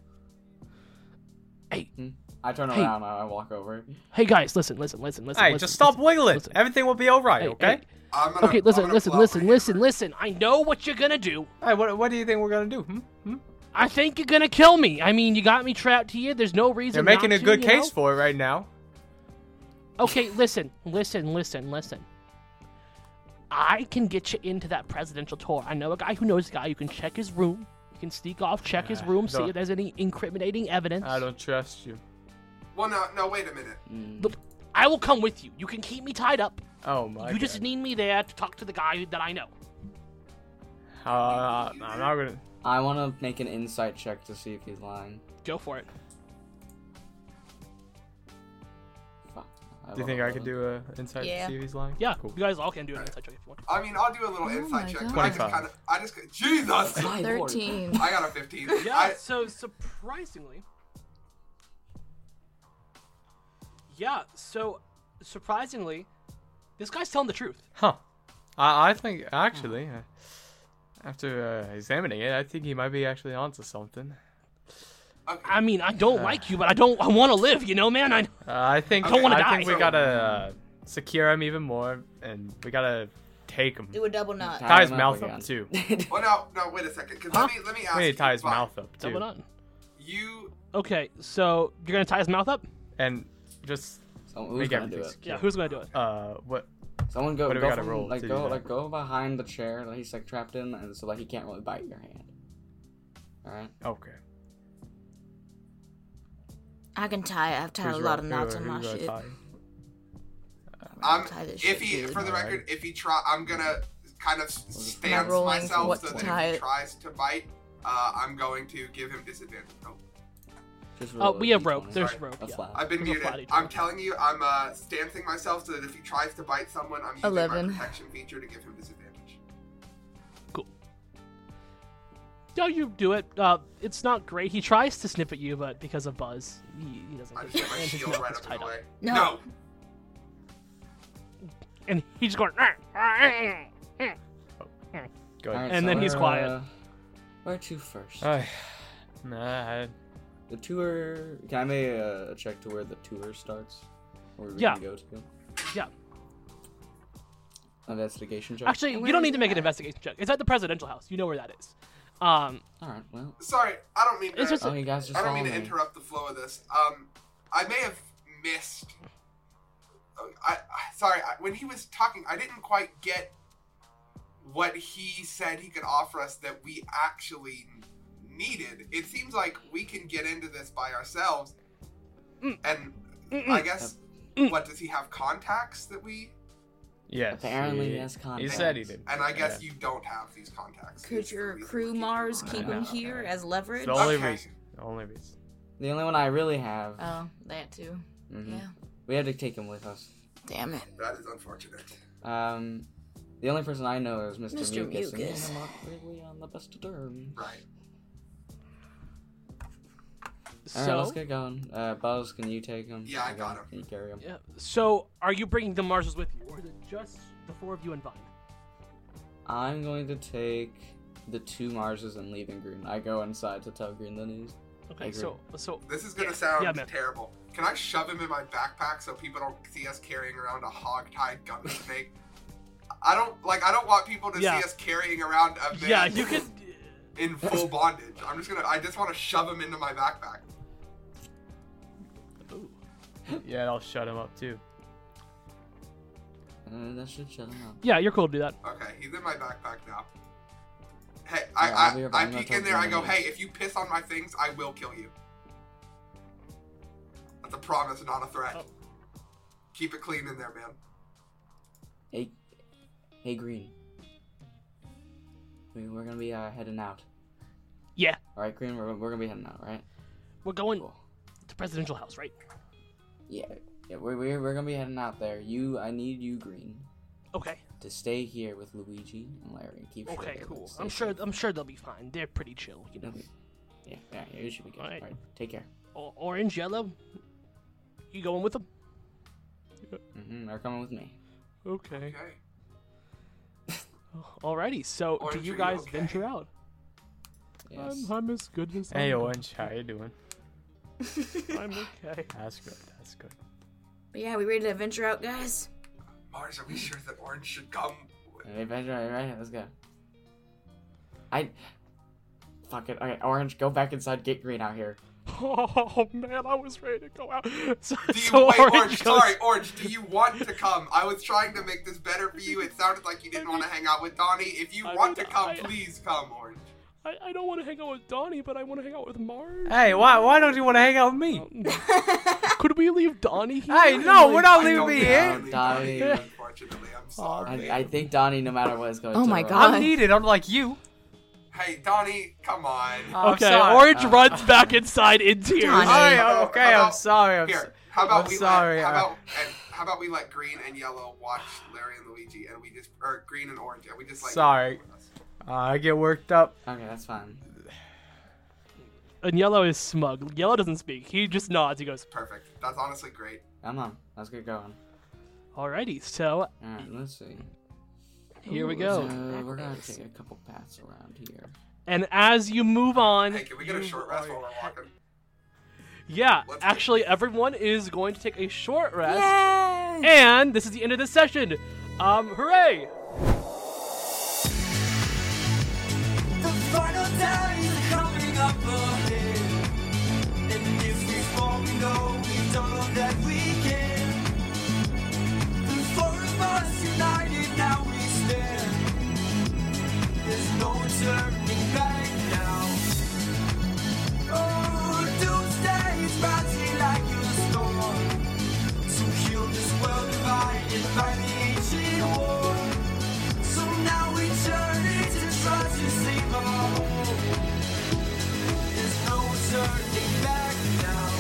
S5: I turn
S1: Hey.
S5: around and I walk over.
S1: Hey, guys, listen, listen, listen, listen.
S6: Hey,
S1: listen,
S6: just stop
S1: listen.
S6: wiggling.
S1: listen.
S6: Everything will be all right,
S1: Hey,
S6: okay?
S1: hey,
S3: I'm gonna,
S1: Okay,
S3: I'm
S1: listen,
S3: gonna
S1: listen,
S3: flop
S1: listen,
S3: my
S1: listen, listen. I know what you're gonna do.
S6: Hey, what, what do you think we're gonna do? Hmm? Hmm?
S1: I think you're gonna kill me. I mean, you got me trapped here. There's no reason.
S6: You're making
S1: not
S6: a good
S1: to, you know?
S6: case for it right now.
S1: Okay, listen, listen, listen, listen. I can get you into that presidential tour. I know a guy who knows a guy. You can check his room. You can sneak off, check his
S6: Uh,
S1: room, see
S6: don't-
S1: if there's any incriminating evidence.
S6: I don't trust you.
S3: Well, no, no, wait a minute.
S1: Look, I will come with you. You can keep me tied up.
S6: Oh my
S1: you just
S6: God.
S1: need me there to talk to the guy that I know.
S6: Uh, I'm not gonna.
S5: I want to make an insight check to see if he's lying.
S1: Go for it.
S5: Fuck.
S6: Do you think I could do a insight
S8: Yeah.
S6: to see if he's lying?
S1: Yeah,
S6: Cool.
S1: you guys all can do an insight check if you want.
S3: I mean, I'll do
S1: Oh
S3: a little insight
S4: my
S3: check,
S4: God.
S3: but I just
S6: 25.
S3: kind of, I just, Jesus,
S4: Thirteen.
S3: I got a 15.
S1: Yeah,
S3: I,
S1: so surprisingly. Yeah, so surprisingly, this guy's telling the truth.
S6: Huh. I, I think actually, uh, after uh, examining it, I think he might be actually onto something.
S3: okay.
S1: I mean, I don't like you, but I don't. I want to live, you know, man. I
S6: Uh, I think
S1: Don't wanna
S6: I think
S1: die.
S6: we gotta uh, secure him even more, and we gotta take him.
S8: Do a double knot.
S6: Tie his mouth up too.
S3: Well, no, no, wait a second. Cause let me, let me ask
S6: We need
S3: you.
S6: to tie his
S3: Vi-
S6: mouth up
S1: double
S6: too,
S1: knot.
S3: You,
S1: Okay, so you're gonna tie his mouth up?
S6: and just
S5: Someone, who's
S6: make
S5: gonna do
S6: everything
S5: it?
S1: Yeah.
S6: secure.
S1: Who's gonna do it?
S6: Uh, what?
S5: Someone go,
S6: What do we
S5: go
S6: gotta
S5: from-
S6: roll
S5: like
S6: to do
S5: go
S6: that?
S5: like go behind the chair that he's like trapped in, and so like he can't really bite your hand. All right.
S6: Okay.
S2: I can tie it. I've tied
S6: Who's
S2: a lot
S6: ro-
S2: of
S6: who-
S2: knots on
S6: who
S2: my
S6: you gonna
S2: shit.
S6: tie?
S3: I'm,
S2: Tie this
S3: if
S2: shit,
S3: he,
S2: dude.
S3: for the record, if he try, I'm gonna kind of s- stance
S4: rolling for
S3: myself
S4: what
S3: so
S4: to
S3: that
S4: tie
S3: if he
S4: it.
S3: tries to bite, uh, I'm going to give him disadvantage. Oh,
S5: Just
S1: Oh,
S5: roll
S1: we
S5: a
S1: have rope.
S5: D20.
S1: There's
S3: Sorry.
S1: rope.
S5: That's
S1: Yeah.
S5: loud.
S3: I've been
S1: There's a flat
S3: muted.
S1: each
S3: I'm
S1: other.
S3: telling you, I'm uh, stancing myself so that if he tries to bite someone, I'm using
S4: Eleven.
S3: my protection feature to give him disadvantage.
S1: No, you do it. Uh, it's not great. He tries to snip at you, but because of Buzz, he, he doesn't.
S3: I
S1: get
S3: just
S1: it,
S3: get my
S1: and his
S3: shield
S1: mouth
S3: right
S1: is
S3: up in
S1: tied
S3: the way.
S8: No.
S1: And he's going. "Ah, ah, ah, ah."
S6: Go
S5: All right,
S6: ahead.
S1: And
S5: so
S1: then he's
S5: where,
S1: quiet.
S5: Uh, where to first?
S6: Alright. Nah, I,
S5: The tour. Can I make a check to where the tour starts? Where we
S1: Yeah.
S5: can go to?
S1: Yeah.
S5: Investigation check.
S1: Actually,
S8: And
S1: you
S8: where
S1: don't
S8: is
S1: need to make an
S8: that?
S1: investigation check. It's at the presidential house. You know where that is. Um,
S5: All right. Well.
S3: Sorry, I don't mean. To,
S1: It's just-
S5: Oh, you guys just
S3: I don't
S5: follow
S3: mean to
S5: me.
S3: interrupt the flow of this. Um, I may have missed. uh, I, I sorry. I, when he was talking, I didn't quite get what he said he could offer us that we actually needed. It seems like we can get into this by ourselves,
S4: Mm.
S3: and I guess what does he have contacts that we?
S6: yes.
S5: Apparently he has
S6: He
S5: contacts.
S6: said he did.
S3: And I guess
S6: Yeah.
S3: you don't have these contacts.
S4: Could
S3: It's the
S4: your
S3: reason
S4: crew
S3: we keep
S4: Mars
S3: them
S4: keep
S3: around.
S4: him
S6: Okay.
S4: here as
S6: It's
S4: leverage?
S6: the only
S3: Okay.
S6: reason. The only reason.
S5: The only one I really have.
S4: Oh, that too.
S5: Mhm.
S4: Yeah.
S5: We had to take him with us.
S4: Damn it.
S3: That is unfortunate.
S5: Um, the only person I know is Mr.
S8: Mr.
S5: Mucus, and me and
S8: Mucus.
S5: him aren't really on the best of terms.
S3: Right.
S5: All right, let's
S1: so,
S5: get going. Uh, Buzz, can you take him?
S3: Yeah, I got him.
S5: Can you carry him?
S1: yeah. so are you bringing the Marshals with you, or is it just the four of you and Vine?
S5: I'm going to take the two Marses and leave in Green. I go inside to tell Green the news.
S1: Okay, so so
S3: This is gonna sound
S1: Yeah, man.
S3: terrible. Can I shove him in my backpack so people don't see us carrying around a hog-tied gun snake? I don't like. I don't want people to
S1: Yeah.
S3: see us carrying around a man
S1: yeah, you could.
S3: in full bondage. I'm just gonna. I just want to shove him into my backpack.
S1: Ooh.
S6: Yeah, I'll shut him up too.
S5: Uh, that should shut him up.
S1: Yeah, you're cool to do that.
S3: Okay, he's in my backpack now. Hey,
S5: Yeah,
S3: I
S5: I'll be
S3: I,
S5: here, but
S3: I
S5: I'm not
S3: peek in
S5: talking
S3: there. I go,
S5: about
S3: hey,
S5: this.
S3: if you piss on my things, I will kill you. That's a promise, not a threat.
S1: Oh.
S3: Keep it clean in there, man.
S5: Hey, hey, Green. We, we're gonna be uh, heading out.
S1: Yeah, Mm.
S5: All right, Green. We're, we're gonna be heading out, right?
S1: we're going to presidential house, right?
S5: Yeah, yeah. We're, we're we're gonna be heading out there. You, I need you, Green,
S1: Okay.
S5: to stay here with Luigi and Larry. Keep. sure
S1: Okay,
S5: they're
S1: cool.
S5: safe.
S1: I'm sure. I'm sure they'll be fine. They're pretty chill, you know.
S5: Okay. Yeah, yeah, yeah, you should be good.
S1: Alright.
S5: All right, take care.
S1: O- orange, yellow. You going with them?
S5: Mm-hmm, they're coming with me.
S1: Okay.
S3: Okay.
S1: Alrighty. So,
S3: Orange,
S1: do you
S3: are you
S1: guys
S3: okay?
S1: venture out?
S5: Yes.
S1: I'm as good as
S6: Hey, Orange, how you doing?
S1: I'm okay.
S6: That's good. That's good.
S2: But yeah, we ready to venture out, guys?
S3: Mars, are we sure that Orange should come?
S5: Hey, Pedro, all right, let's go. I. Fuck it. Okay, Orange, go back inside. Get Green out here.
S1: Oh man, I was ready to go out. So,
S3: Do you
S1: so
S3: wait, Orange?
S1: goes-
S3: Sorry, Orange. Do you want to come? I was trying to make this better for you. It sounded like you didn't want to hang out with Donnie. If you
S1: I
S3: want
S1: mean,
S3: to come,
S1: I-
S3: please come, Orange.
S1: I, I don't want to hang out with Donnie, but I want to hang out with Mars.
S6: Hey, why why don't you want to hang out with
S3: Oh,
S6: me?
S1: Could we leave Donnie here?
S6: Hey, no, we're not
S3: I
S6: leaving
S3: don't
S6: me
S3: think
S6: here.
S3: I'm leaving
S5: Donnie.
S3: you, Unfortunately, I'm sorry.
S5: I, I think Donnie, no matter what, is going
S4: Oh
S5: to
S4: my
S5: the
S4: God.
S6: I'm needed, unlike you.
S3: Hey, Donnie, come on.
S6: I'm
S1: okay,
S6: sorry.
S1: Orange runs back inside in tears.
S4: Donnie.
S6: Hey,
S3: How about-
S6: okay,
S3: how
S6: I'm
S3: about-
S6: sorry. I'm
S3: Here,
S6: so-
S3: how about
S6: I'm
S3: we
S6: sorry,
S3: let how
S6: uh,
S3: about and how about we let Green and Yellow watch Larry and Luigi, and we just or Green and Orange, and we just like
S6: Sorry. Uh, I get worked up.
S5: Okay, that's fine.
S1: And Yellow is smug. Yellow doesn't speak. He just nods. He goes,
S3: perfect. That's honestly great.
S5: Come on, let's get going.
S1: "Alrighty, so
S5: All right, let's see.
S1: here we
S5: Ooh,
S1: go."
S5: So we're gonna take a couple paths around here.
S1: And as you move on,
S3: Hey, can we get a
S1: you
S3: short rest
S1: are-
S3: while we're walking?
S1: Yeah,
S3: Let's do
S1: actually, everyone is going to take a short rest. And this is the end of this session. Um, hooray!
S7: The final days are coming up ahead. And if we fall, we know we've done all that we can. The four of us united, now we stand. There's no turning back now. Oh, doomsday is rising like a storm. To heal this world divided by the ancient war. So now we turn it to trust and see my home. There's no turning back now.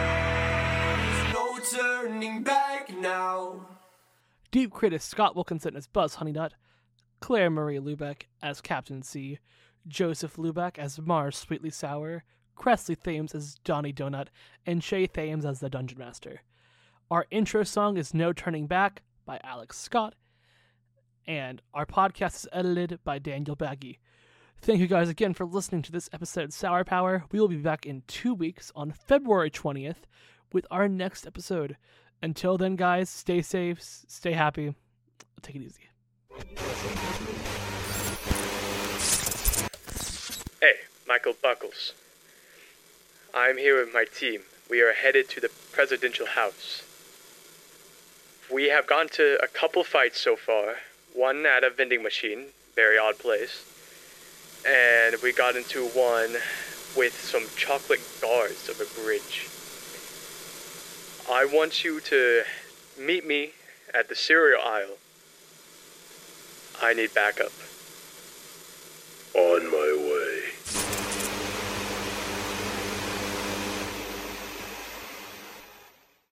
S7: There's no turning back now.
S1: Deep Crit is Scott Wilkinson as Buzz Honeynut, Claire Marie Lubeck as Captain C, Joseph Lubeck as Mars Sweetly Sour, Cressley Thames as Donnie Donut, and Shay Thames as the Dungeon Master. Our intro song is No Turning Back by Alex Scott, and our podcast is edited by Daniel Baggy. Thank you guys again for listening to this episode of Sour Power. We will be back in two weeks on February 20th with our next episode. Until then, guys, stay safe, s- stay happy, take it easy.
S9: Hey, Michael Buckles. I'm here with my team. We are headed to the presidential house. We have gone to a couple fights so far. One at a vending machine, very odd place. And we got into one with some chocolate guards of a bridge. I want you to meet me at the cereal aisle. I need backup.